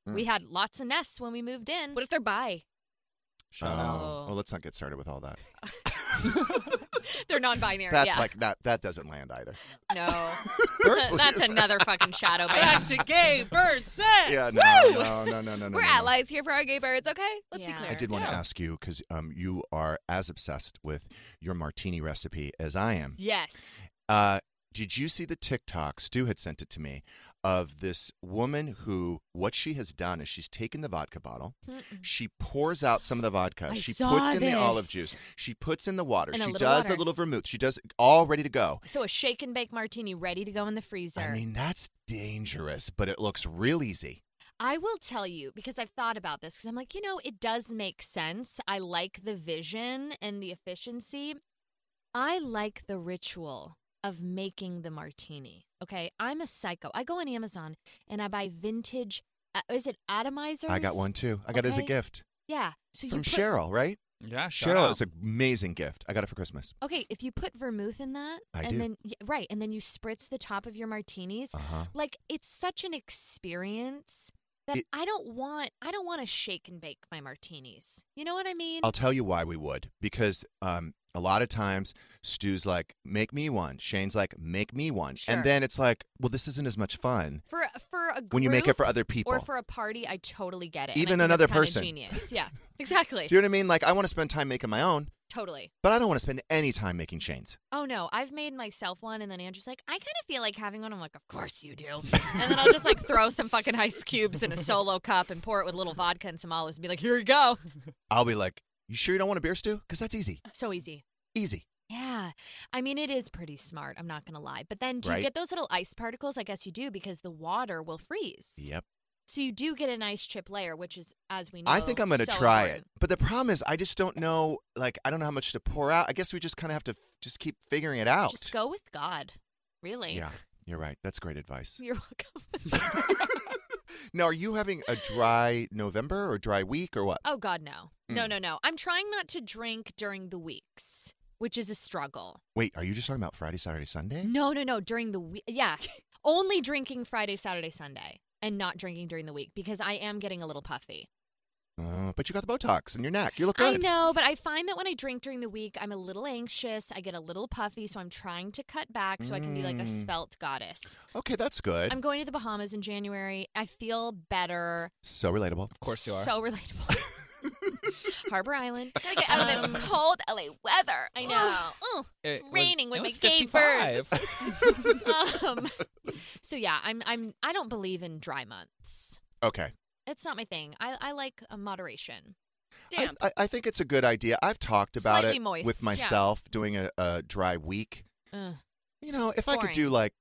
S2: Mm.
S3: We had lots of nests when we moved in.
S5: What if they're bi?
S2: oh,
S4: Shut up.
S3: up.
S2: well, let's not get started with all that.
S3: they're non-binary.
S2: That's
S3: yeah.
S2: like that. That doesn't land either.
S3: no. that's, a- that's
S2: Please.
S3: another fucking shadow ban.
S6: Back to gay bird sex.
S2: Yeah, no, no, no, no, no, no.
S5: We're
S2: no.
S5: allies here for our gay birds, okay? Let's
S3: Yeah.
S5: be clear.
S2: I did want to
S4: Yeah.
S2: ask you because um, you are as obsessed with your martini recipe as I am.
S3: Yes.
S2: Uh, did you see the TikTok? Stu had sent it to me of this woman who, what she has done is she's taken the vodka bottle, she pours out some of the vodka,
S3: Mm-hmm. I
S2: she
S3: saw
S2: puts in the olive
S3: this.
S2: juice, she puts in the water,
S3: And a
S2: she
S3: little
S2: does a
S3: water.
S2: little vermouth, she does all ready to go.
S3: So a shake and bake martini ready to go in the freezer.
S2: I mean, that's dangerous, but it looks real easy.
S3: I will tell you because I've thought about this because I'm like, you know, it does make sense. I like the vision and the efficiency. I like the ritual of making the martini. Okay. I'm a psycho. I go on Amazon and I buy vintage, uh, is it atomizers?
S2: I got one too. I got it as a
S3: Okay.
S2: gift
S3: Yeah. So you
S2: from
S3: put,
S2: Cheryl, right?
S4: Yeah, shut
S2: Cheryl,
S4: up.
S2: it's an amazing gift. I got it for Christmas.
S3: Okay. If you put vermouth in that,
S2: I
S3: and
S2: do.
S3: then, y- right. And then you spritz the top of your martinis.
S2: Uh huh.
S3: Like it's such an experience. That
S2: It-
S3: I don't want. I don't want to shake and bake my martinis. You know what I mean?
S2: I'll tell you why we would because um, a lot of times Stu's like, make me one. Shane's like, make me one.
S3: Sure.
S2: And then it's like, well, this isn't as much fun
S3: for for a group
S2: when you make it for other people.
S3: or for a party. I totally get it. and I
S2: Even
S3: think
S2: another
S3: it's kinda
S2: person.
S3: Genius. Yeah, exactly.
S2: Do you know what I mean? Like, I want to spend time making my own,
S3: totally.
S2: but I don't want to spend any time making Shane's.
S3: Oh no, I've made myself one, and then Andrew's like, I kind of feel like having one. I'm like, of course you do. and then I'll just like throw some fucking ice cubes in a solo cup and pour it with a little vodka and some olives and be like, here you go.
S2: I'll be like, you sure you don't want a beer, Stu? Because that's easy.
S3: So easy.
S2: Easy.
S3: Yeah. I mean, it is pretty smart. I'm not going to lie. But then do
S2: Right.
S3: you get those little ice particles? I guess you do because the water will freeze.
S2: Yep.
S3: So you do get an ice chip layer, which is, as we know,
S2: I think I'm going to
S3: so
S2: try
S3: important.
S2: it. But the problem is, I just don't know, like, I don't know how much to pour out. I guess we just kind of have to f- just keep figuring it out.
S3: Just go with God. Really?
S2: Yeah, you're right. That's great advice.
S3: You're welcome.
S2: now, are you having a dry November or dry week or what?
S3: oh God, no. No,
S2: Mm.
S3: no, no. I'm trying not to drink during the weeks, which is a struggle.
S2: Wait, are you just talking about Friday, Saturday, Sunday?
S3: No, no, no. During the week. Yeah. Only drinking Friday, Saturday, Sunday and not drinking during the week because I am getting a little puffy.
S2: Uh, but you got the Botox in your neck. You look
S3: I
S2: good.
S3: know, but I find that when I drink during the week, I'm a little anxious. I get a little puffy, so I'm trying to cut back so I can be like a
S2: Mm.
S3: svelte goddess.
S2: Okay, that's good.
S3: I'm going to the Bahamas in January. I feel better.
S2: so relatable.
S4: Of course you are.
S3: So relatable. Harbor Island.
S5: Gotta get out of this cold LA weather.
S3: I know. Ugh.
S4: Um, oh. It
S3: It's raining
S4: was,
S3: with
S4: it
S3: my
S4: was
S3: gay
S4: 55.
S3: um, so yeah, I'm I'm I don't believe in dry months.
S2: Okay.
S3: It's not my thing. I, I like uh,
S2: I-
S3: moderation.
S5: Damn.
S2: I, I, think it's a good idea. I've talked about
S3: Slightly
S2: it
S3: moist,
S2: with
S3: yeah.
S2: myself doing a, a dry week.
S3: Ugh.
S2: You know, if I could
S3: Boring.
S2: do like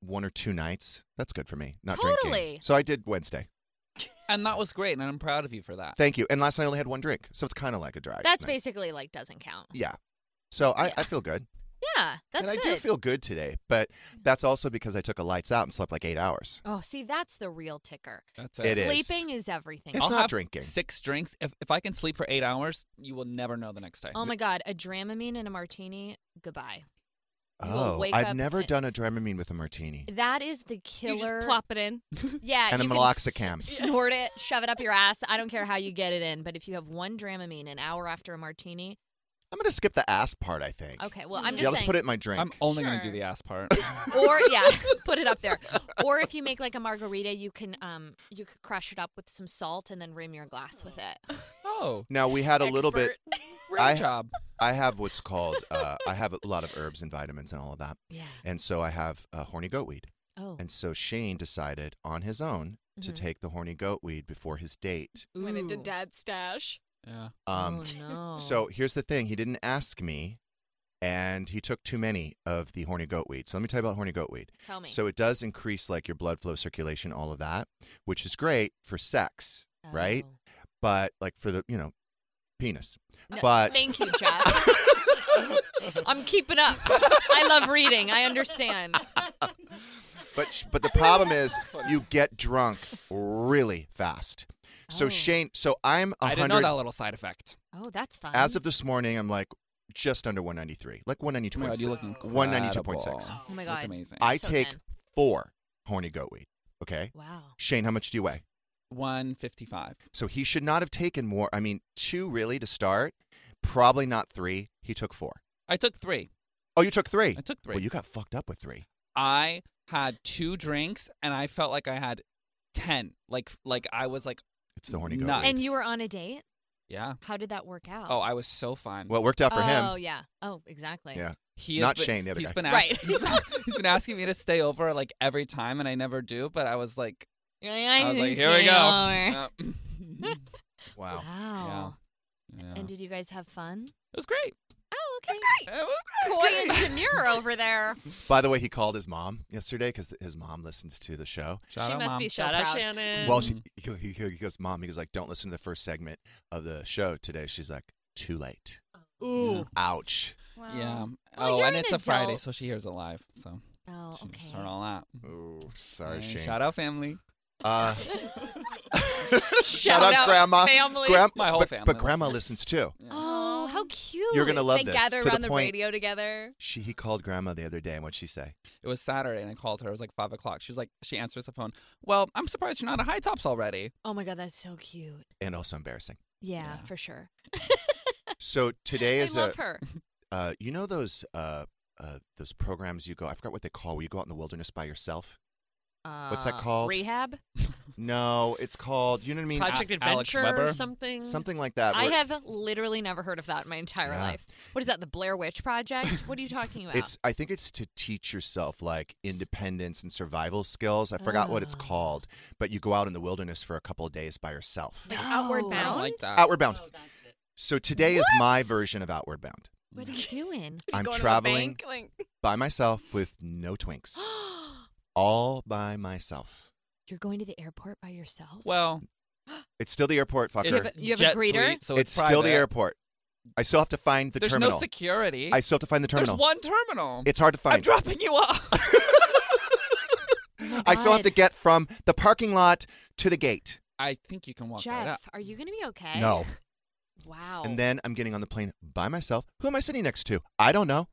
S2: one or two nights, that's good for me. Not
S3: Totally.
S2: drinking. So I did Wednesday.
S4: and that was great, and I'm proud of you for that.
S2: Thank you. And last night I only had one drink, so it's kind of like a dry.
S3: That's
S2: night.
S3: basically like doesn't count.
S2: Yeah. So I,
S3: Yeah.
S2: I feel good.
S3: Yeah, that's
S2: and I
S3: good.
S2: do feel good today, but that's also because I took a lights out and slept like eight hours.
S3: oh, see, that's the real ticker.
S4: That's
S2: It is.
S3: Sleeping is, everything.
S2: It's
S4: I'll
S2: not
S4: have
S2: drinking.
S4: Six drinks. If, if I can sleep for eight hours, you will never know the next day.
S3: oh my god, a Dramamine and a martini. Goodbye. You will
S2: Oh,
S3: wake
S2: I've
S3: up
S2: never
S3: and-
S2: done a Dramamine with a martini.
S3: That is the
S5: You
S3: killer.
S5: just plop it in.
S3: Yeah,
S2: And a
S3: you can
S2: meloxicam.
S3: s- snort it, shove it up your ass. I don't care how you get it in, but if you have one Dramamine an hour after a martini,
S2: I'm gonna skip the ass part. I think.
S3: okay. Well, I'm just
S5: Yeah,
S2: yeah,
S3: saying.
S2: let's put it in my drink.
S4: I'm only going to do
S5: Sure.
S4: the ass part.
S3: or yeah, put it up there. Or if you make like a margarita, you can um you could crush it up with some salt and then rim your glass with it.
S4: oh,
S2: now we had a little bit.
S4: great
S2: I-
S4: job.
S2: I have what's called. Uh, I have a lot of herbs and vitamins and all of that,
S3: Yeah.
S2: and so I have uh, horny goat weed.
S3: Oh.
S2: And so Shane decided on his own to
S3: Mhm.
S2: take the horny goat weed before his date.
S5: Went into
S3: Ooh.
S5: dad's stash.
S4: Yeah.
S2: Um,
S3: oh no.
S2: So here's the thing: he didn't ask me and he took too many of the horny goat weed. So let me tell you about horny goat weed.
S3: Tell me.
S2: So it does increase like your blood flow circulation, all of that, which is great for sex, right? But like for the you know, penis.
S3: Oh. No,
S2: but
S3: thank you, Chad. I'm keeping up. I love reading. I understand.
S2: But but the problem is you get drunk really fast. So Shane, so I'm
S4: I
S2: 100
S4: didn't know that little side effect.
S3: Oh, that's
S5: Um,
S3: fun.
S2: As of this morning, I'm like just under 193, like
S4: Oh my God, you look
S2: 192.6. 192.6
S4: incredible.
S3: Oh my God.
S4: amazing.
S2: I
S3: So
S2: take
S3: thin.
S2: four horny goat weed. Okay.
S3: Wow.
S2: Shane, how much do you weigh?
S4: 155.
S2: So he should not have taken more. I mean, two really to start. Probably not three. He took four.
S4: I took three.
S2: Oh, you took three.
S4: I took three.
S2: Well, you got fucked up with three.
S4: I had two drinks and I felt like I had 10. Like like I was like
S2: It's the horny goat.
S4: Nuts.
S3: And you were on a date?
S4: yeah.
S3: How did that work out?
S4: Oh, I was so fine.
S2: Well, it worked out for him.
S3: Oh, yeah. Oh, exactly.
S2: Yeah.
S4: He has
S2: not
S4: been-
S2: Shane, the other
S4: he's
S2: guy.
S4: Been
S3: Right.
S4: ask- he's been- he's been asking me to stay over like every time, and I never do. But I was like,
S3: Yeah,
S4: I was
S3: didn't
S4: like, here we
S3: say
S4: go.
S3: no
S4: Yeah.
S2: Wow.
S3: Wow.
S4: Yeah.
S3: And did you guys have fun?
S4: It was great.
S3: Oh, okay.
S4: It was
S3: Coy and demure over there.
S2: By the way, he called his mom yesterday because his mom listens to the show.
S4: Shout
S3: she
S4: out,
S3: must
S4: Mom.
S3: be so
S6: Shout out
S3: proud.
S6: Shannon.
S2: Well, she, he, he, he goes, Mom, he goes, like, don't listen to the first segment of the show today. She's like, too late.
S6: Oh,
S4: Ooh.
S2: Ouch.
S4: Yeah.
S3: Well,
S4: oh,
S3: you're
S4: and
S3: an
S4: it's a Friday,
S3: adult.
S4: so she hears it live. So
S3: Oh,
S4: she
S3: okay.
S4: heard all that.
S2: Oh, sorry,
S4: And
S2: Shane.
S4: Shout out, family.
S2: Uh,
S3: Shout out,
S2: Grandma.
S3: family.
S2: Gram-
S4: My whole
S2: but,
S4: family
S2: But Grandma listens
S4: listens.
S2: too.
S3: Oh, how cute.
S2: You're going to love
S5: they
S2: this.
S5: gather
S2: to
S5: around
S2: the
S5: the,
S2: point,
S5: radio together.
S2: She, he called Grandma the other day, and what'd she say?
S4: It was Saturday, and I called her. It was like five o'clock. She was like, she answers the phone. Well, I'm surprised you're not at high tops already.
S3: Oh my god, that's so cute.
S2: And also embarrassing.
S3: Yeah,
S4: Yeah.
S3: for sure.
S2: So today
S3: I
S2: is
S3: love
S2: a,
S3: her.
S2: uh, you know those uh, uh, those programs you go. I forgot what they call. Where you go out in the wilderness by yourself. What's that
S3: Uh,
S2: called?
S3: Rehab.
S2: No, it's called. You know what I mean?
S6: Project
S4: A- Alex
S6: Adventure or
S4: Weber?
S6: something.
S2: Something like that.
S3: I
S2: where-
S3: have literally never heard of that in my entire
S2: Yeah.
S3: life. What is that? The Blair Witch Project? what are you talking about?
S2: It's. I think it's to teach yourself like independence and survival skills. I forgot what it's
S3: Oh.
S2: called, but you go out in the wilderness for a couple of days by yourself.
S5: Like outward
S3: No.
S4: I don't
S5: bound.
S4: like that.
S2: Outward Bound.
S6: Oh, that's it.
S2: So today is my version of Outward Bound.
S3: what are you doing?
S2: I'm
S5: Going to the
S2: traveling
S5: bank, like-
S2: by myself with no twinks. All by myself.
S3: You're going to the airport by yourself?
S4: Well,
S2: It's still the airport, fucker.
S4: it's
S3: You have a- you have a
S4: jet
S3: greeter?
S4: suite, so
S2: it's
S4: it's,
S2: still the
S4: private.
S2: airport. I still have to find the
S4: There's
S2: terminal.
S4: no security.
S2: I still have to find the terminal.
S4: There's one terminal.
S2: It's hard to
S4: I'm
S2: find.
S4: dropping you off.
S2: I still have to
S3: Oh God.
S2: get from the parking lot to the gate.
S4: I think you can walk
S3: Jeff,
S4: that up.
S3: are you going to be okay?
S2: No.
S3: Wow.
S2: And then I'm getting on the plane by myself. Who am I sitting next to? I don't know.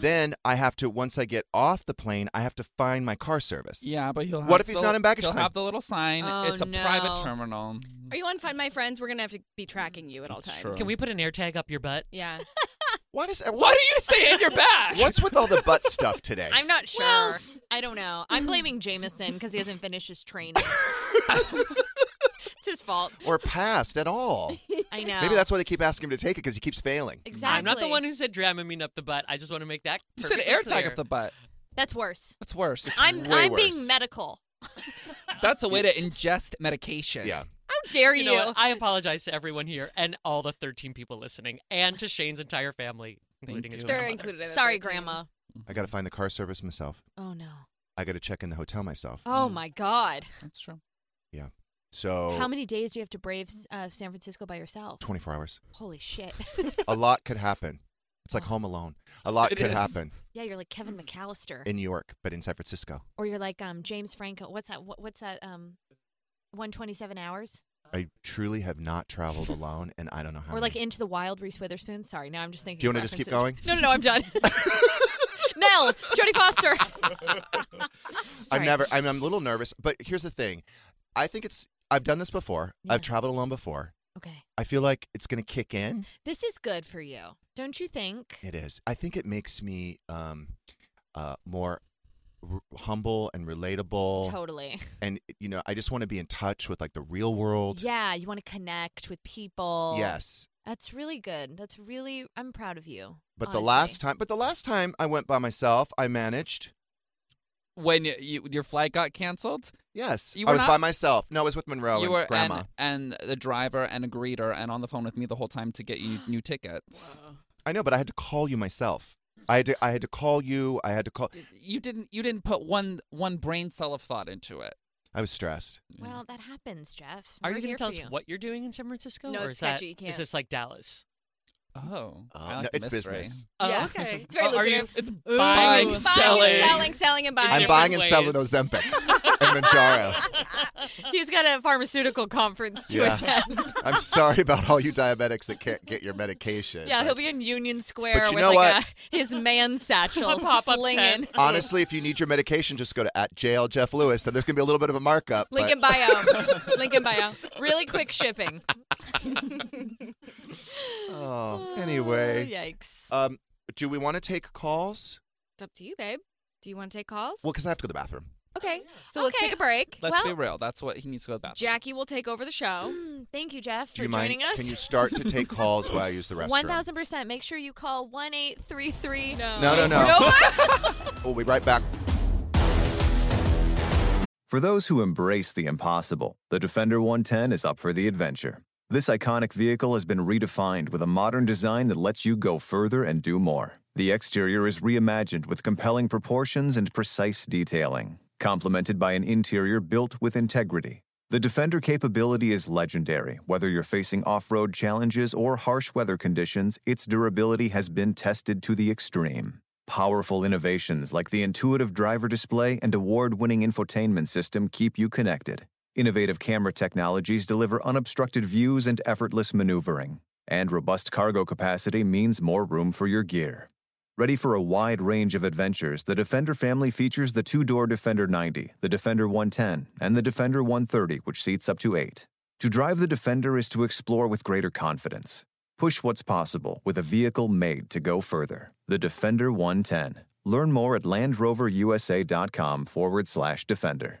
S2: then I have to once I get off the plane, I have to find my car service.
S4: Yeah, but he'll.
S2: What
S4: Have
S2: if
S4: the,
S2: he's not in baggage
S4: He'll
S2: claim?
S4: have the little sign.
S3: Oh,
S4: it's a private
S3: no.
S4: terminal.
S2: Mm.
S5: Are you on Find My Friends? We're gonna have to be tracking you at all
S4: That's
S5: times.
S4: true.
S6: Can we put an air tag up your butt?
S5: Yeah.
S2: Why does
S4: What are you saying? You're back.
S2: What's with all the butt stuff today?
S3: I'm not sure. I don't know. I'm blaming Jameson because he hasn't finished his training. it's his fault.
S2: or passed at all.
S3: I know.
S2: Maybe that's why they keep asking him to take it because he keeps failing.
S3: exactly.
S6: I'm not the one who said Dramamine up the butt. I just want to make that.
S4: You said
S6: perfectly
S4: air tag
S6: clear.
S4: up the butt.
S3: That's worse.
S4: That's worse.
S3: I'm
S2: way
S3: I'm being
S2: worse.
S3: medical.
S4: That's a way to ingest medication.
S2: Yeah.
S3: How dare
S6: You
S3: you?
S6: know what? I apologize to everyone here and all the 13 people listening, and to Shane's entire family, including his
S4: you.
S5: They're
S6: grandmother.
S5: included. in the
S3: Sorry,
S5: 13.
S2: Mm.
S3: Grandma.
S2: I got to find the car service myself.
S3: Oh no.
S2: I got to check in the hotel myself.
S3: Oh my God.
S4: That's true.
S2: Yeah. So
S3: How many days do you have to brave uh, San Francisco by yourself?
S2: 24 hours.
S3: Holy shit.
S2: A lot could happen. It's
S3: Oh.
S2: like Home Alone. A lot
S4: It
S2: could
S4: is.
S2: happen
S3: yeah, you're like
S6: Mm.
S3: Kevin McAllister,
S2: in New York, but in San Francisco.
S3: or you're like um James Franco. What's that? What, what's that? Um, one twenty-seven hours,
S2: I truly have not traveled alone, and I don't know how.
S3: or Oh. like
S2: many.
S3: Into the Wild, Reese Witherspoon. Sorry, now I'm just thinking.
S2: Do you
S3: of
S2: wanna just keep
S3: references. No, no, no. I'm done. Nell, Jodie Foster.
S2: I'm
S3: Sorry.
S2: never. I'm, I'm a little nervous, but here's the thing. I think it's. I've done this before. I've
S3: Yeah.
S2: traveled alone before.
S3: Okay,
S2: I feel like it's going to kick in.
S3: this is good for you, don't you think?
S2: It is. I think it makes me um, uh, more r- humble and relatable.
S3: Totally.
S2: And you know, I just want to be in touch with like the real world.
S3: Yeah, you want to connect with people.
S2: Yes.
S3: that's really good. That's really. I'm proud of you.
S2: But the
S3: honestly.
S2: last time, but the last time I went by myself, I managed.
S4: When y you, your flight got canceled,
S2: Yes,
S4: You
S2: I
S4: were
S2: was
S4: not-
S2: by myself. No, I was with Monroe
S4: you
S2: and
S4: were
S2: Grandma.
S4: And, and the driver and a greeter and on the phone with me the whole time to get you new tickets.
S2: I know, but I had to call you myself. I had to, I had to call you. I had to call.
S4: You didn't. You didn't put one one brain cell of thought into it.
S2: I was stressed.
S3: Well, that happens, Jeff.
S6: Are
S3: We're
S6: you going
S3: here
S6: to tell
S3: for
S6: us
S3: you.
S6: what you're doing in San Francisco?
S5: No,
S6: or
S5: it's
S6: is that-
S5: sketchy, you can't.
S6: Is this like Dallas?
S4: Oh,
S2: Uh, no, it's business.
S6: Oh,
S5: Yeah.
S6: okay.
S5: It's very
S6: Oh, are you-
S5: lucrative.
S4: It's
S5: Ooh,
S4: buying,
S5: buying,
S4: selling.
S5: selling, selling, and buying.
S2: I'm buying and selling Ozempic and Manjaro.
S5: He's got a pharmaceutical conference to
S2: Yeah.
S5: attend.
S2: I'm sorry about all you diabetics that can't get your medication.
S5: yeah,
S2: but-
S5: he'll be in Union Square
S2: you
S5: with
S2: know
S5: like
S2: what?
S5: A, his man satchel
S6: A pop-up
S5: slinging.
S6: tent.
S2: Honestly, if you need your medication, just go to at JL Jeff Lewis, and there's going to be a little bit of a markup. but-
S5: Link in bio. Link in bio. Really quick shipping.
S2: Oh, anyway.
S5: Yikes.
S2: Um, do we want to take calls?
S1: It's up to you, babe. Do you want to take calls?
S2: Well, because I have to go to the bathroom.
S1: okay. So let's
S3: Oh, Okay.
S1: take a break.
S4: Let's be
S1: well,
S4: real. That's what he needs to go to the bathroom.
S1: Jackie will take over the show.
S3: Mm, Thank you, Jeff,
S2: Do
S3: for
S2: you mind?
S3: joining us.
S2: Can you start to take calls while I use the restroom?
S3: One thousand percent. Make sure you call one eight three three.
S2: No, no, no. We'll be right back.
S8: For those who embrace the impossible, the Defender 110 is up for the adventure. This iconic vehicle has been redefined with a modern design that lets you go further and do more. The exterior is reimagined with compelling proportions and precise detailing, complemented by an interior built with integrity. The Defender capability is legendary. Whether you're facing off road challenges or harsh weather conditions, its durability has been tested to the extreme. Powerful innovations like the intuitive driver display and award winning infotainment system keep you connected. Innovative camera technologies deliver unobstructed views and effortless maneuvering. And robust cargo capacity means more room for your gear. Ready for a wide range of adventures, the Defender family features the two door Defender 90, the Defender 110, and the Defender 130, which seats up to eight. To drive the Defender is to explore with greater confidence. Push what's possible with a vehicle made to go further. The Defender 110. Learn more at LandRoverUSA.com forward slash Defender.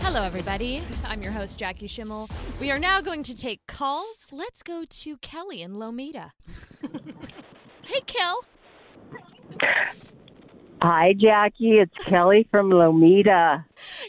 S3: Hello, everybody. I'm your host, Jackie Schimmel. We are now going to take calls. Let's go to Kelly in Lomita. hey, Kel.
S9: Hi, Jackie. It's Kelly from Lomita.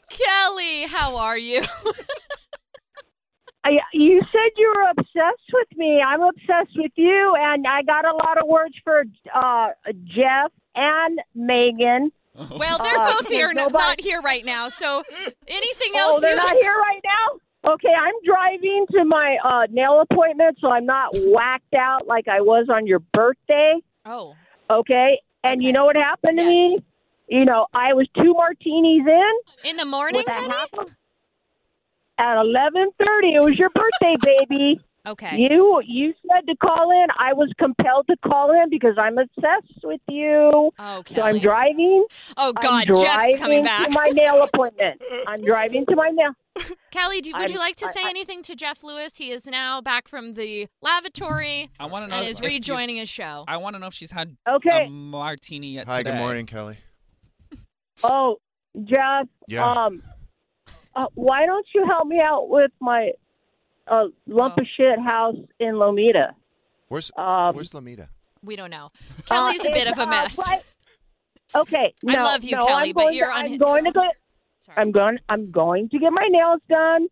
S3: Kelly, how are you?
S9: I, you said you were obsessed with me. I'm obsessed with you, and I got a lot of words for uh, Jeff and Megan.
S5: Well, they're
S9: Uh,
S5: both here, n-
S9: nobody-
S5: not here right now. So anything else?
S9: Oh, they're
S5: you-
S9: not here right now. Okay, I'm driving to my uh, nail appointment, so I'm not whacked out like I was on your birthday.
S3: Oh.
S9: Okay, and you know what happened to me? You know, I was two martinis in.
S3: In the morning,
S9: With a
S3: honey?
S9: half of- at 11:30. It was your birthday, baby.
S3: Okay.
S9: You you said to call in. I was compelled to call in because I'm obsessed with you.
S3: Oh,
S9: so I'm driving.
S3: Oh God,
S9: I'm
S3: Jeff's coming
S9: driving
S3: back.
S9: to my nail appointment. I'm driving to my nail.
S3: Callie, do, would
S9: I'm-
S3: you like to
S9: I-
S3: say
S9: I-
S3: anything to Jeff Lewis? He is now back from the lavatory.
S4: I want to know.
S3: and
S4: if-
S3: is
S4: if you-
S3: rejoining his show.
S4: I want to know if she's had
S9: Okay.
S4: a martini yet.
S2: Hi, good
S4: today.
S2: morning, Kelly.
S9: Oh, Jeff.
S2: Yeah.
S9: Um, uh, why don't you help me out with my uh, lump
S3: Oh.
S9: of shit house in Lomita?
S2: Where's
S9: um,
S2: Where's Lamita?
S3: We don't know. Kelly's a bit
S9: it's,
S3: of a
S9: uh,
S3: mess.
S9: right- Okay.
S3: I
S9: no,
S3: love you,
S9: no,
S3: Kelly,
S9: I'm
S3: but
S9: going
S3: you're
S9: to,
S3: on-
S9: I'm going to go. I'm going. I'm going to get my nails done,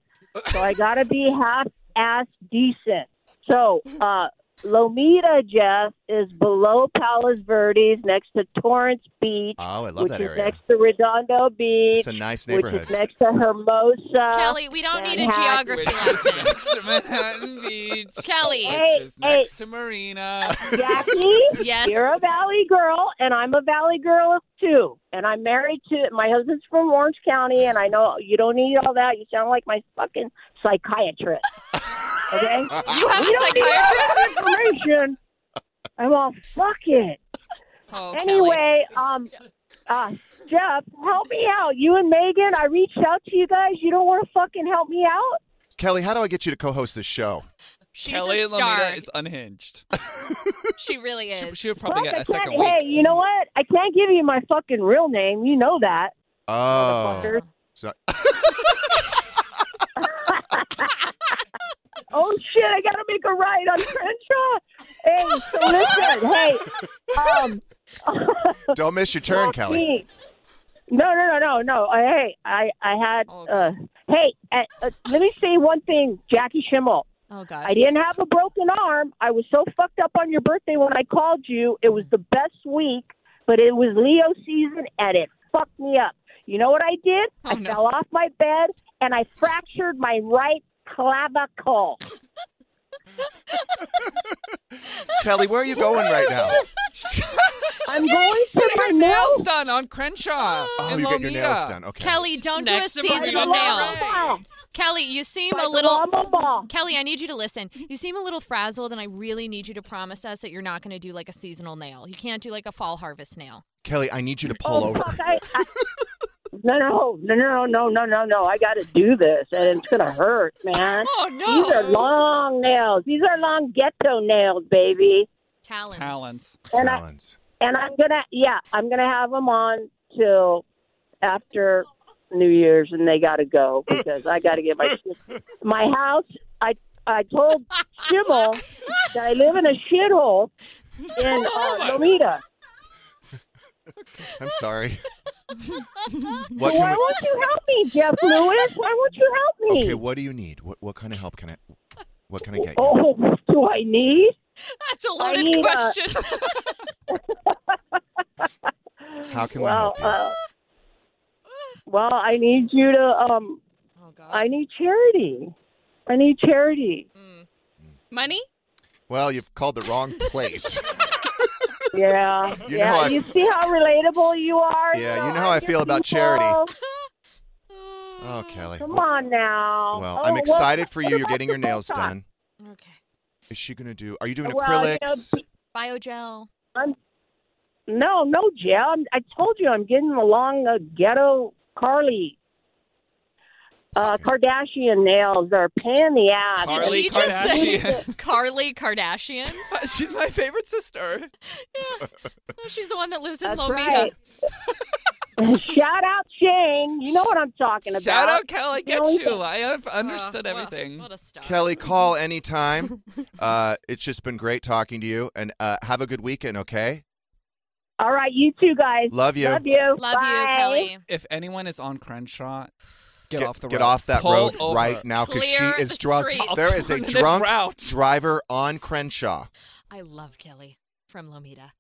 S9: so I gotta be half-ass decent. So, uh, Lomita, Jeff, is below Palos Verdes, next to Torrance Beach,
S2: Oh, I love
S9: which
S2: that
S9: is
S2: area.
S9: next to Redondo Beach.
S2: It's a nice
S9: Which
S2: neighborhood.
S9: is next to Hermosa.
S3: Kelly, we don't need a
S9: Manhattan.
S3: geography lesson.
S4: next to Manhattan Beach.
S3: Kelly.
S4: Which is
S9: Hey,
S4: next to Marina.
S9: Jackie,
S3: Yes.
S9: you're a Valley girl, and I'm a Valley girl too. And I'm married to my husband's from Orange County, and I know you don't need all that. You sound like my fucking psychiatrist. Okay,
S3: You have
S9: we
S3: a
S9: don't need all that information. I'm all fuck it.
S3: Oh,
S9: anyway, um, uh, Jeff, help me out. You and Megan, I reached out to you guys. You don't want to fucking help me out.
S2: Kelly, how do I get you to co-host this show?
S3: She's
S4: Kelly
S3: a star.
S4: Lomita is unhinged.
S3: She really is.
S4: She would probably
S9: Plus,
S4: get
S9: I
S4: a second
S9: can't- hey,
S4: week.
S9: you know what? I can't give you my fucking real name. You know that.
S2: Oh,
S9: Motherfucker.
S2: so,
S9: Oh shit, I gotta make a right on Crenshaw. Hey, so listen, hey, um,
S2: don't miss your turn, Kelly.
S9: me. No, no, no, no, no. Uh, hey, I, I had. Uh, hey, uh, uh, let me say one thing, Jackie Schimmel.
S3: Oh God.
S9: I didn't have a broken arm. I was so fucked up on your birthday when I called you. It was the best week, but it was Leo season and it fucked me up. You know what I did? I fell off my bed and I fractured my right clavicle.
S2: Kelly, where are you going right now?
S9: I'm going to my
S4: Your nails done on Crenshaw.
S2: Oh,
S4: in
S2: you're getting your
S4: Lomita.
S2: nails done. Okay.
S3: Kelly, don't
S4: Next
S3: do
S4: to
S3: a
S4: Marina
S3: seasonal
S4: Del
S3: nail.
S9: Rey.
S3: Kelly, you seem
S9: By
S3: a
S9: the
S3: little.
S9: Llama Ball.
S3: Kelly, I need you to listen. You seem a little frazzled, and I really need you to promise us that you're not going to do like a seasonal nail. You can't do like a fall harvest nail.
S2: Kelly, I need you to pull over.
S9: Oh, Fuck, I, I, no, no, no, no, no, no, no, no. I got to do this, and it's gonna hurt, man.
S3: Oh, no.
S9: These are long nails. These are long ghetto nails, baby.
S3: Talons.
S4: Talents.
S9: And I, and I'm gonna, yeah, I'm gonna have them on till after New Year's, and they gotta go because I gotta get my my house. I I told Schimmel that I live in a shithole in
S3: Oh,
S9: uh, Lomita.
S2: I'm sorry.
S9: So
S2: what
S9: why
S2: can
S9: won't you help me, Jeff Lewis? Why won't you help
S2: we,
S9: me?
S2: okay, what do you need? What what kind of help can I what can I get you?
S9: Oh, what do I need?
S3: That's a
S9: I
S3: loaded
S9: need, uh,
S3: question.
S2: How can
S9: well,
S2: we help you?
S9: uh, well, I need you to. Um,
S3: Oh,
S9: I need charity. I need charity.
S3: Mm.
S5: Money?
S2: well, you've called the wrong place.
S9: Yeah,
S2: You
S9: yeah.
S2: know I-
S9: you see how relatable you are.
S2: Yeah,
S9: So
S2: you know how I
S9: get
S2: feel about charity.
S9: people-
S2: oh, Kelly.
S9: Come on now.
S2: Well,
S9: Oh,
S2: I'm excited
S9: what-
S2: for
S9: what
S2: you. You're
S9: about
S2: getting your
S9: the
S2: nails
S9: TikTok?
S2: done.
S3: okay.
S2: Is she gonna do? Are you doing
S9: Well, you know,
S2: acrylics?
S3: Biogel.
S9: I'm, no, no jail. I'm, I told you I'm getting along the ghetto Carly. Uh, Kardashian nails are a pain in the ass.
S4: Did Carly
S3: She just said Carly Kardashian.
S4: She's my favorite sister.
S3: Oh, she's the one that lives in
S9: That's
S3: Lomita.
S9: right. Shout out Shane. You know what I'm talking about.
S4: Shout out, Kelly. Get
S9: only
S4: you.
S9: thing-
S4: I have understood
S3: Uh, well,
S4: everything.
S3: What a star.
S2: Kelly, call anytime. Uh, it's just been great talking to you, and uh, have a good weekend. Okay.
S9: All right, you two guys.
S2: Love you.
S9: Love you.
S3: Love
S9: Bye.
S3: you, Kelly.
S4: if anyone is on Crenshaw, get, off the road.
S2: Get off that
S4: Pull
S2: road
S4: over.
S2: right now because she
S3: Clear
S2: is
S3: the
S2: drunk.
S3: streets.
S2: There is a
S4: Alternative
S2: drunk
S4: route.
S2: driver on Crenshaw.
S3: I love Kelly from Lomita.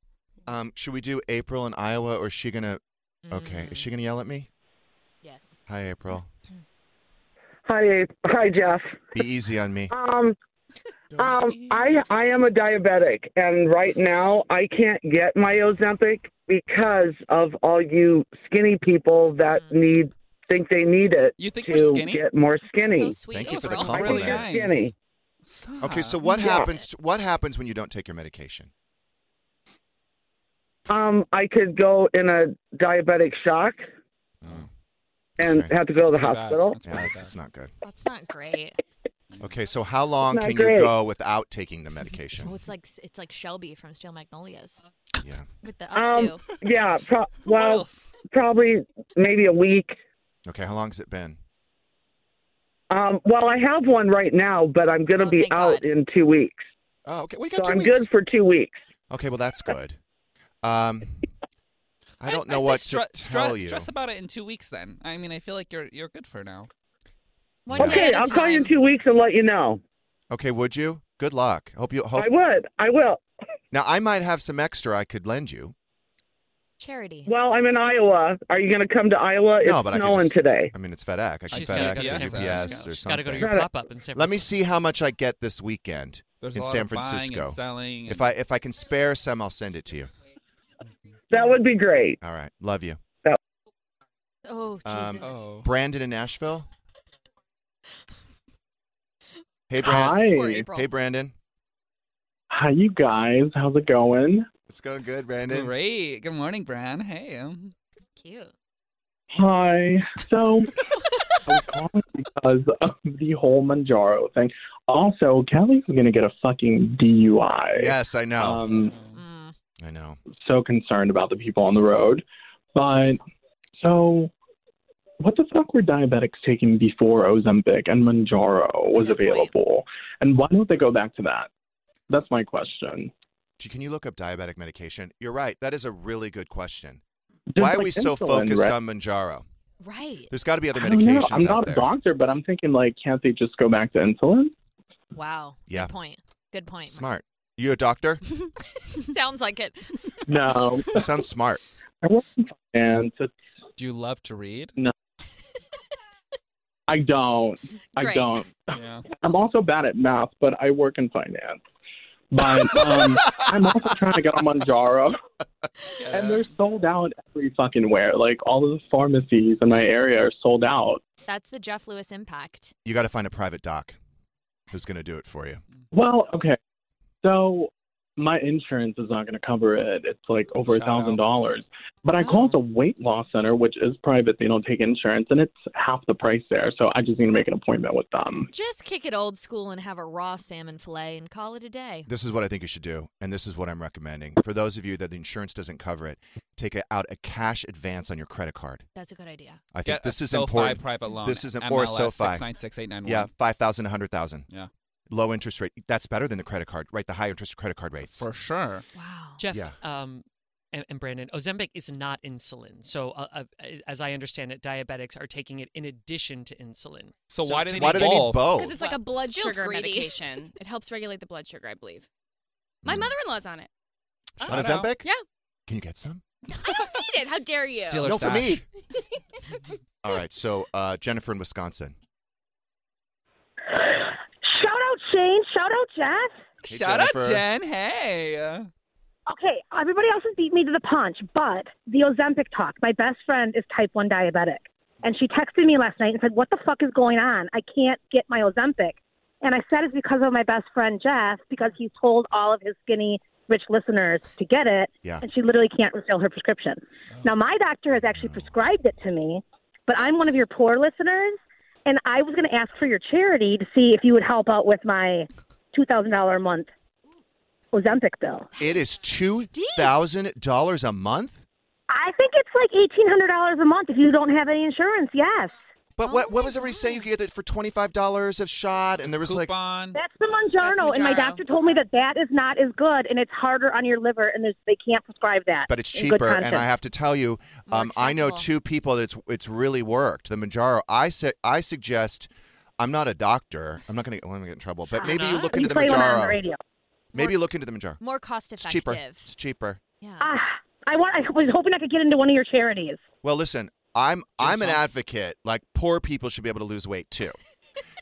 S2: Um, should we do April in Iowa, or is she gonna? Okay, is she gonna yell at me?
S3: Yes.
S2: Hi, April.
S10: Hi, Abe. hi, Jeff.
S2: Be easy on me.
S10: Um, um, I I am a diabetic, and right now I can't get my Ozempic because of all you skinny people that need think they need it
S4: Mm. you think
S10: to
S4: you're skinny?
S10: get more skinny.
S4: So sweet.
S2: Thank you for the
S4: Overall,
S2: compliment.
S4: really nice.
S10: Skinny.
S2: Okay, so what
S10: Yeah.
S2: happens? What happens when you don't take your medication?
S10: Um, I could go in a diabetic shock
S2: Oh.
S10: and have to go to the hospital.
S2: Yeah, that's, that's not good.
S3: That's not great.
S2: Okay, so how long
S3: Not
S2: can
S3: great.
S2: you go without taking the medication?
S3: Oh, it's like it's like Shelby from Steel Magnolias.
S2: Yeah.
S3: With the updo.
S10: Um, yeah, pro- well, probably maybe a week.
S2: Okay, how long has it been?
S10: Um, well, I have one right now, but I'm going to be out in two weeks.
S2: Oh, okay. We
S10: so
S2: got two
S10: I'm
S2: weeks.
S10: good for two weeks.
S2: Okay, well that's good. Um, I don't know
S4: say
S2: what
S4: stre-
S2: to tell
S4: stre-
S2: you.
S4: Stress about it in two weeks. Then I mean, I feel like you're you're good for now.
S10: okay, I'll call you in two weeks and let you know.
S2: Okay, would you? Good luck. Hope you. Hope...
S10: I would. I will.
S2: Now I might have some extra I could lend you.
S3: Charity.
S10: Well, I'm in Iowa. Are you going to come to Iowa?
S2: no,
S10: it's
S2: but I
S10: snowing
S2: could just,
S10: today.
S2: I mean, it's FedEx. I could
S6: She's gotta
S2: FedEx
S6: go to San
S2: or UPS
S6: Francisco.
S2: or
S6: She's gotta go to
S2: something.
S6: your Right. pop-up in San
S2: Let me see how much I get this weekend
S4: There's
S2: in
S4: a lot
S2: San
S4: of buying and
S2: Francisco.
S4: selling
S2: If I if I can spare some, I'll send it to you.
S10: That would be great.
S2: All right, love you.
S3: Oh,
S2: Um,
S3: Jesus.
S2: Brandon in Nashville. Hey,
S11: Hi. Poor
S2: Brandon.
S11: April.
S2: Hey, Brandon.
S11: Hi, you guys. How's it going?
S2: It's going good,
S4: It's
S2: Brandon.
S4: great. Good morning, Bran. Hey. um,
S3: Cute.
S11: Hi. So, I was calling because of the whole Manjaro thing. Also, Kelly's going to get a fucking DUI.
S2: Yes, I know. Mm.
S11: Um,
S2: I know.
S11: So concerned about the people on the road. But, so, what the fuck were diabetics taking before Ozempic and Manjaro was available? And why don't they go back to that? That's my question.
S2: Gee, Can you look up diabetic medication? You're right. That is a really good question.
S11: Just
S2: Why are
S11: like
S2: we so
S11: insulin,
S2: focused
S11: right?
S2: on Manjaro?
S3: Right.
S2: There's got to be other
S11: I don't know.
S2: medications
S11: I'm
S2: out
S11: not
S2: there.
S11: a doctor, but I'm thinking like, can't they just go back to insulin?
S3: Wow.
S2: Yeah.
S3: Good point. Good point.
S2: Smart. You a doctor?
S3: Sounds like it.
S11: No.
S2: sounds smart.
S11: I work in finance. It's,
S4: Do you love to read?
S11: no. I don't. I
S4: Great.
S11: don't.
S4: Yeah.
S11: I'm also bad at math, but I work in finance. But um, I'm also trying to get on Manjaro. And they're sold out every fucking where. Like all of the pharmacies in my area are sold out.
S3: That's the Jeff Lewis impact.
S2: You got to find a private doc who's going to do it for you.
S11: Well, okay. So my insurance is not going to cover it. It's like over a
S2: Shout out.
S11: thousand dollars. But I called the weight loss center, which is private. They don't take insurance, and it's half the price there. So I just need to make an appointment with them.
S3: Just kick it old school and have a raw salmon fillet and call it a day.
S2: This is what I think you should do, and this is what I'm recommending. For those of you that the insurance doesn't cover it, take a, out a cash advance on your credit card.
S3: That's a good idea.
S2: I think
S4: Get
S2: this
S4: a
S2: is
S4: SoFi
S2: important.
S4: private loan,
S2: This is an, or
S4: MLS
S2: SoFi.
S4: 69689.
S2: Yeah, five thousand, a hundred thousand.
S4: Yeah.
S2: Low interest rate. That's better than the credit card, right? The high interest credit card rates.
S4: For sure.
S6: Jeff
S2: Yeah.
S6: um, and, and Brandon, Ozempic is not insulin. So, uh, uh, as I understand it, diabetics are taking it in addition to insulin.
S4: So why did
S6: to
S4: they Why do they need evolve? both?
S5: Because it's like a blood
S1: Feels
S5: sugar
S1: greedy.
S5: medication. It helps regulate the blood sugar, I believe. My mother-in-law's on it.
S2: On Ozempic?
S5: Yeah.
S2: Can you get some?
S5: I don't need it. How dare you?
S2: no, for me. All right. So uh, Jennifer in Wisconsin.
S12: Shout out Shane. Shout out Jeff.
S2: Hey,
S4: Shout out,
S2: Jennifer.
S4: Jen. Hey.
S12: Okay, everybody else has beat me to the punch, but the Ozempic talk. My best friend is type 1 diabetic. And she texted me last night and said, What the fuck is going on? I can't get my Ozempic. And I said, It's because of my best friend, Jeff, because he's told all of his skinny, rich listeners to get it.
S2: Yeah. Oh.
S12: And she literally can't refill her prescription. Now, my doctor has actually prescribed it to me, but I'm one of your poor listeners. And I was going to ask for your charity to see if you would help out with my $2,000 a month Ozempic bill.
S2: It is two thousand dollars a month.
S12: I think it's like eighteen hundred dollars a month if you don't have any insurance. Yes,
S2: But what what was everybody saying? You could get it for twenty five dollars a shot, and there was like
S12: that's the Monjaro, and my
S2: Mounjaro.
S12: doctor told me that that is not as good, and it's harder on your liver, and there's, they can't prescribe that.
S2: but it's
S12: in good
S2: cheaper. And I
S12: conscience.
S2: have to tell you, um, I know two people that it's it's really worked. The Manjaro. I said I suggest. I'm not a doctor. I'm not gonna, well, I'm gonna get in trouble. But maybe you look
S12: You
S2: into the
S12: play one on the
S2: Manjaro.
S12: radio.
S2: Maybe you look into the Manjaro.
S3: More cost
S2: It's cheaper.
S3: effective.
S2: It's cheaper.
S12: Ah, I want. I was hoping I could get into one of your charities.
S2: Well, listen, I'm I'm an advocate. Like poor people should be able to lose weight too.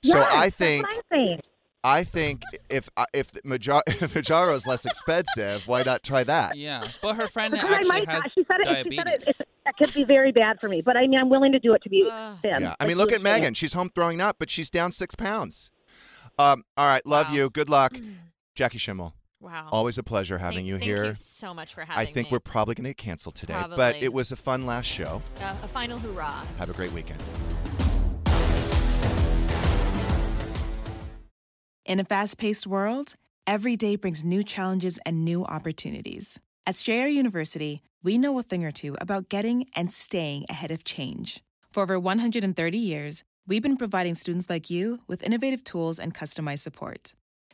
S2: So
S12: Yes,
S2: I
S12: that's
S2: think
S12: what I'm saying.
S2: I think if uh, if Manjaro, Manjaro is less expensive, why not try that?
S4: Yeah. But her friend
S12: Because I
S4: actually
S12: might.
S4: has
S12: she said it. She said
S4: diabetes.
S12: it. It's, that could be very bad for me. But I mean, I'm willing to do it to be thin.
S2: Yeah. I mean, look at Megan. She's home throwing up, but she's down six pounds. Um, all right. Love you. Good luck. Jackie Schimmel.
S3: Wow.
S2: Always a pleasure having
S3: Thank-
S2: you
S3: thank
S2: here.
S3: you so much for
S2: I
S3: having
S2: think
S3: me.
S2: we're probably going to get canceled today, but
S3: Probably.
S2: it was a fun last show.
S3: Uh, a final hoorah.
S2: Have a great weekend.
S13: In a fast paced world, every day brings new challenges and new opportunities. At Strayer University, we know a thing or two about getting and staying ahead of change. For over 130 years, we've been providing students like you with innovative tools and customized support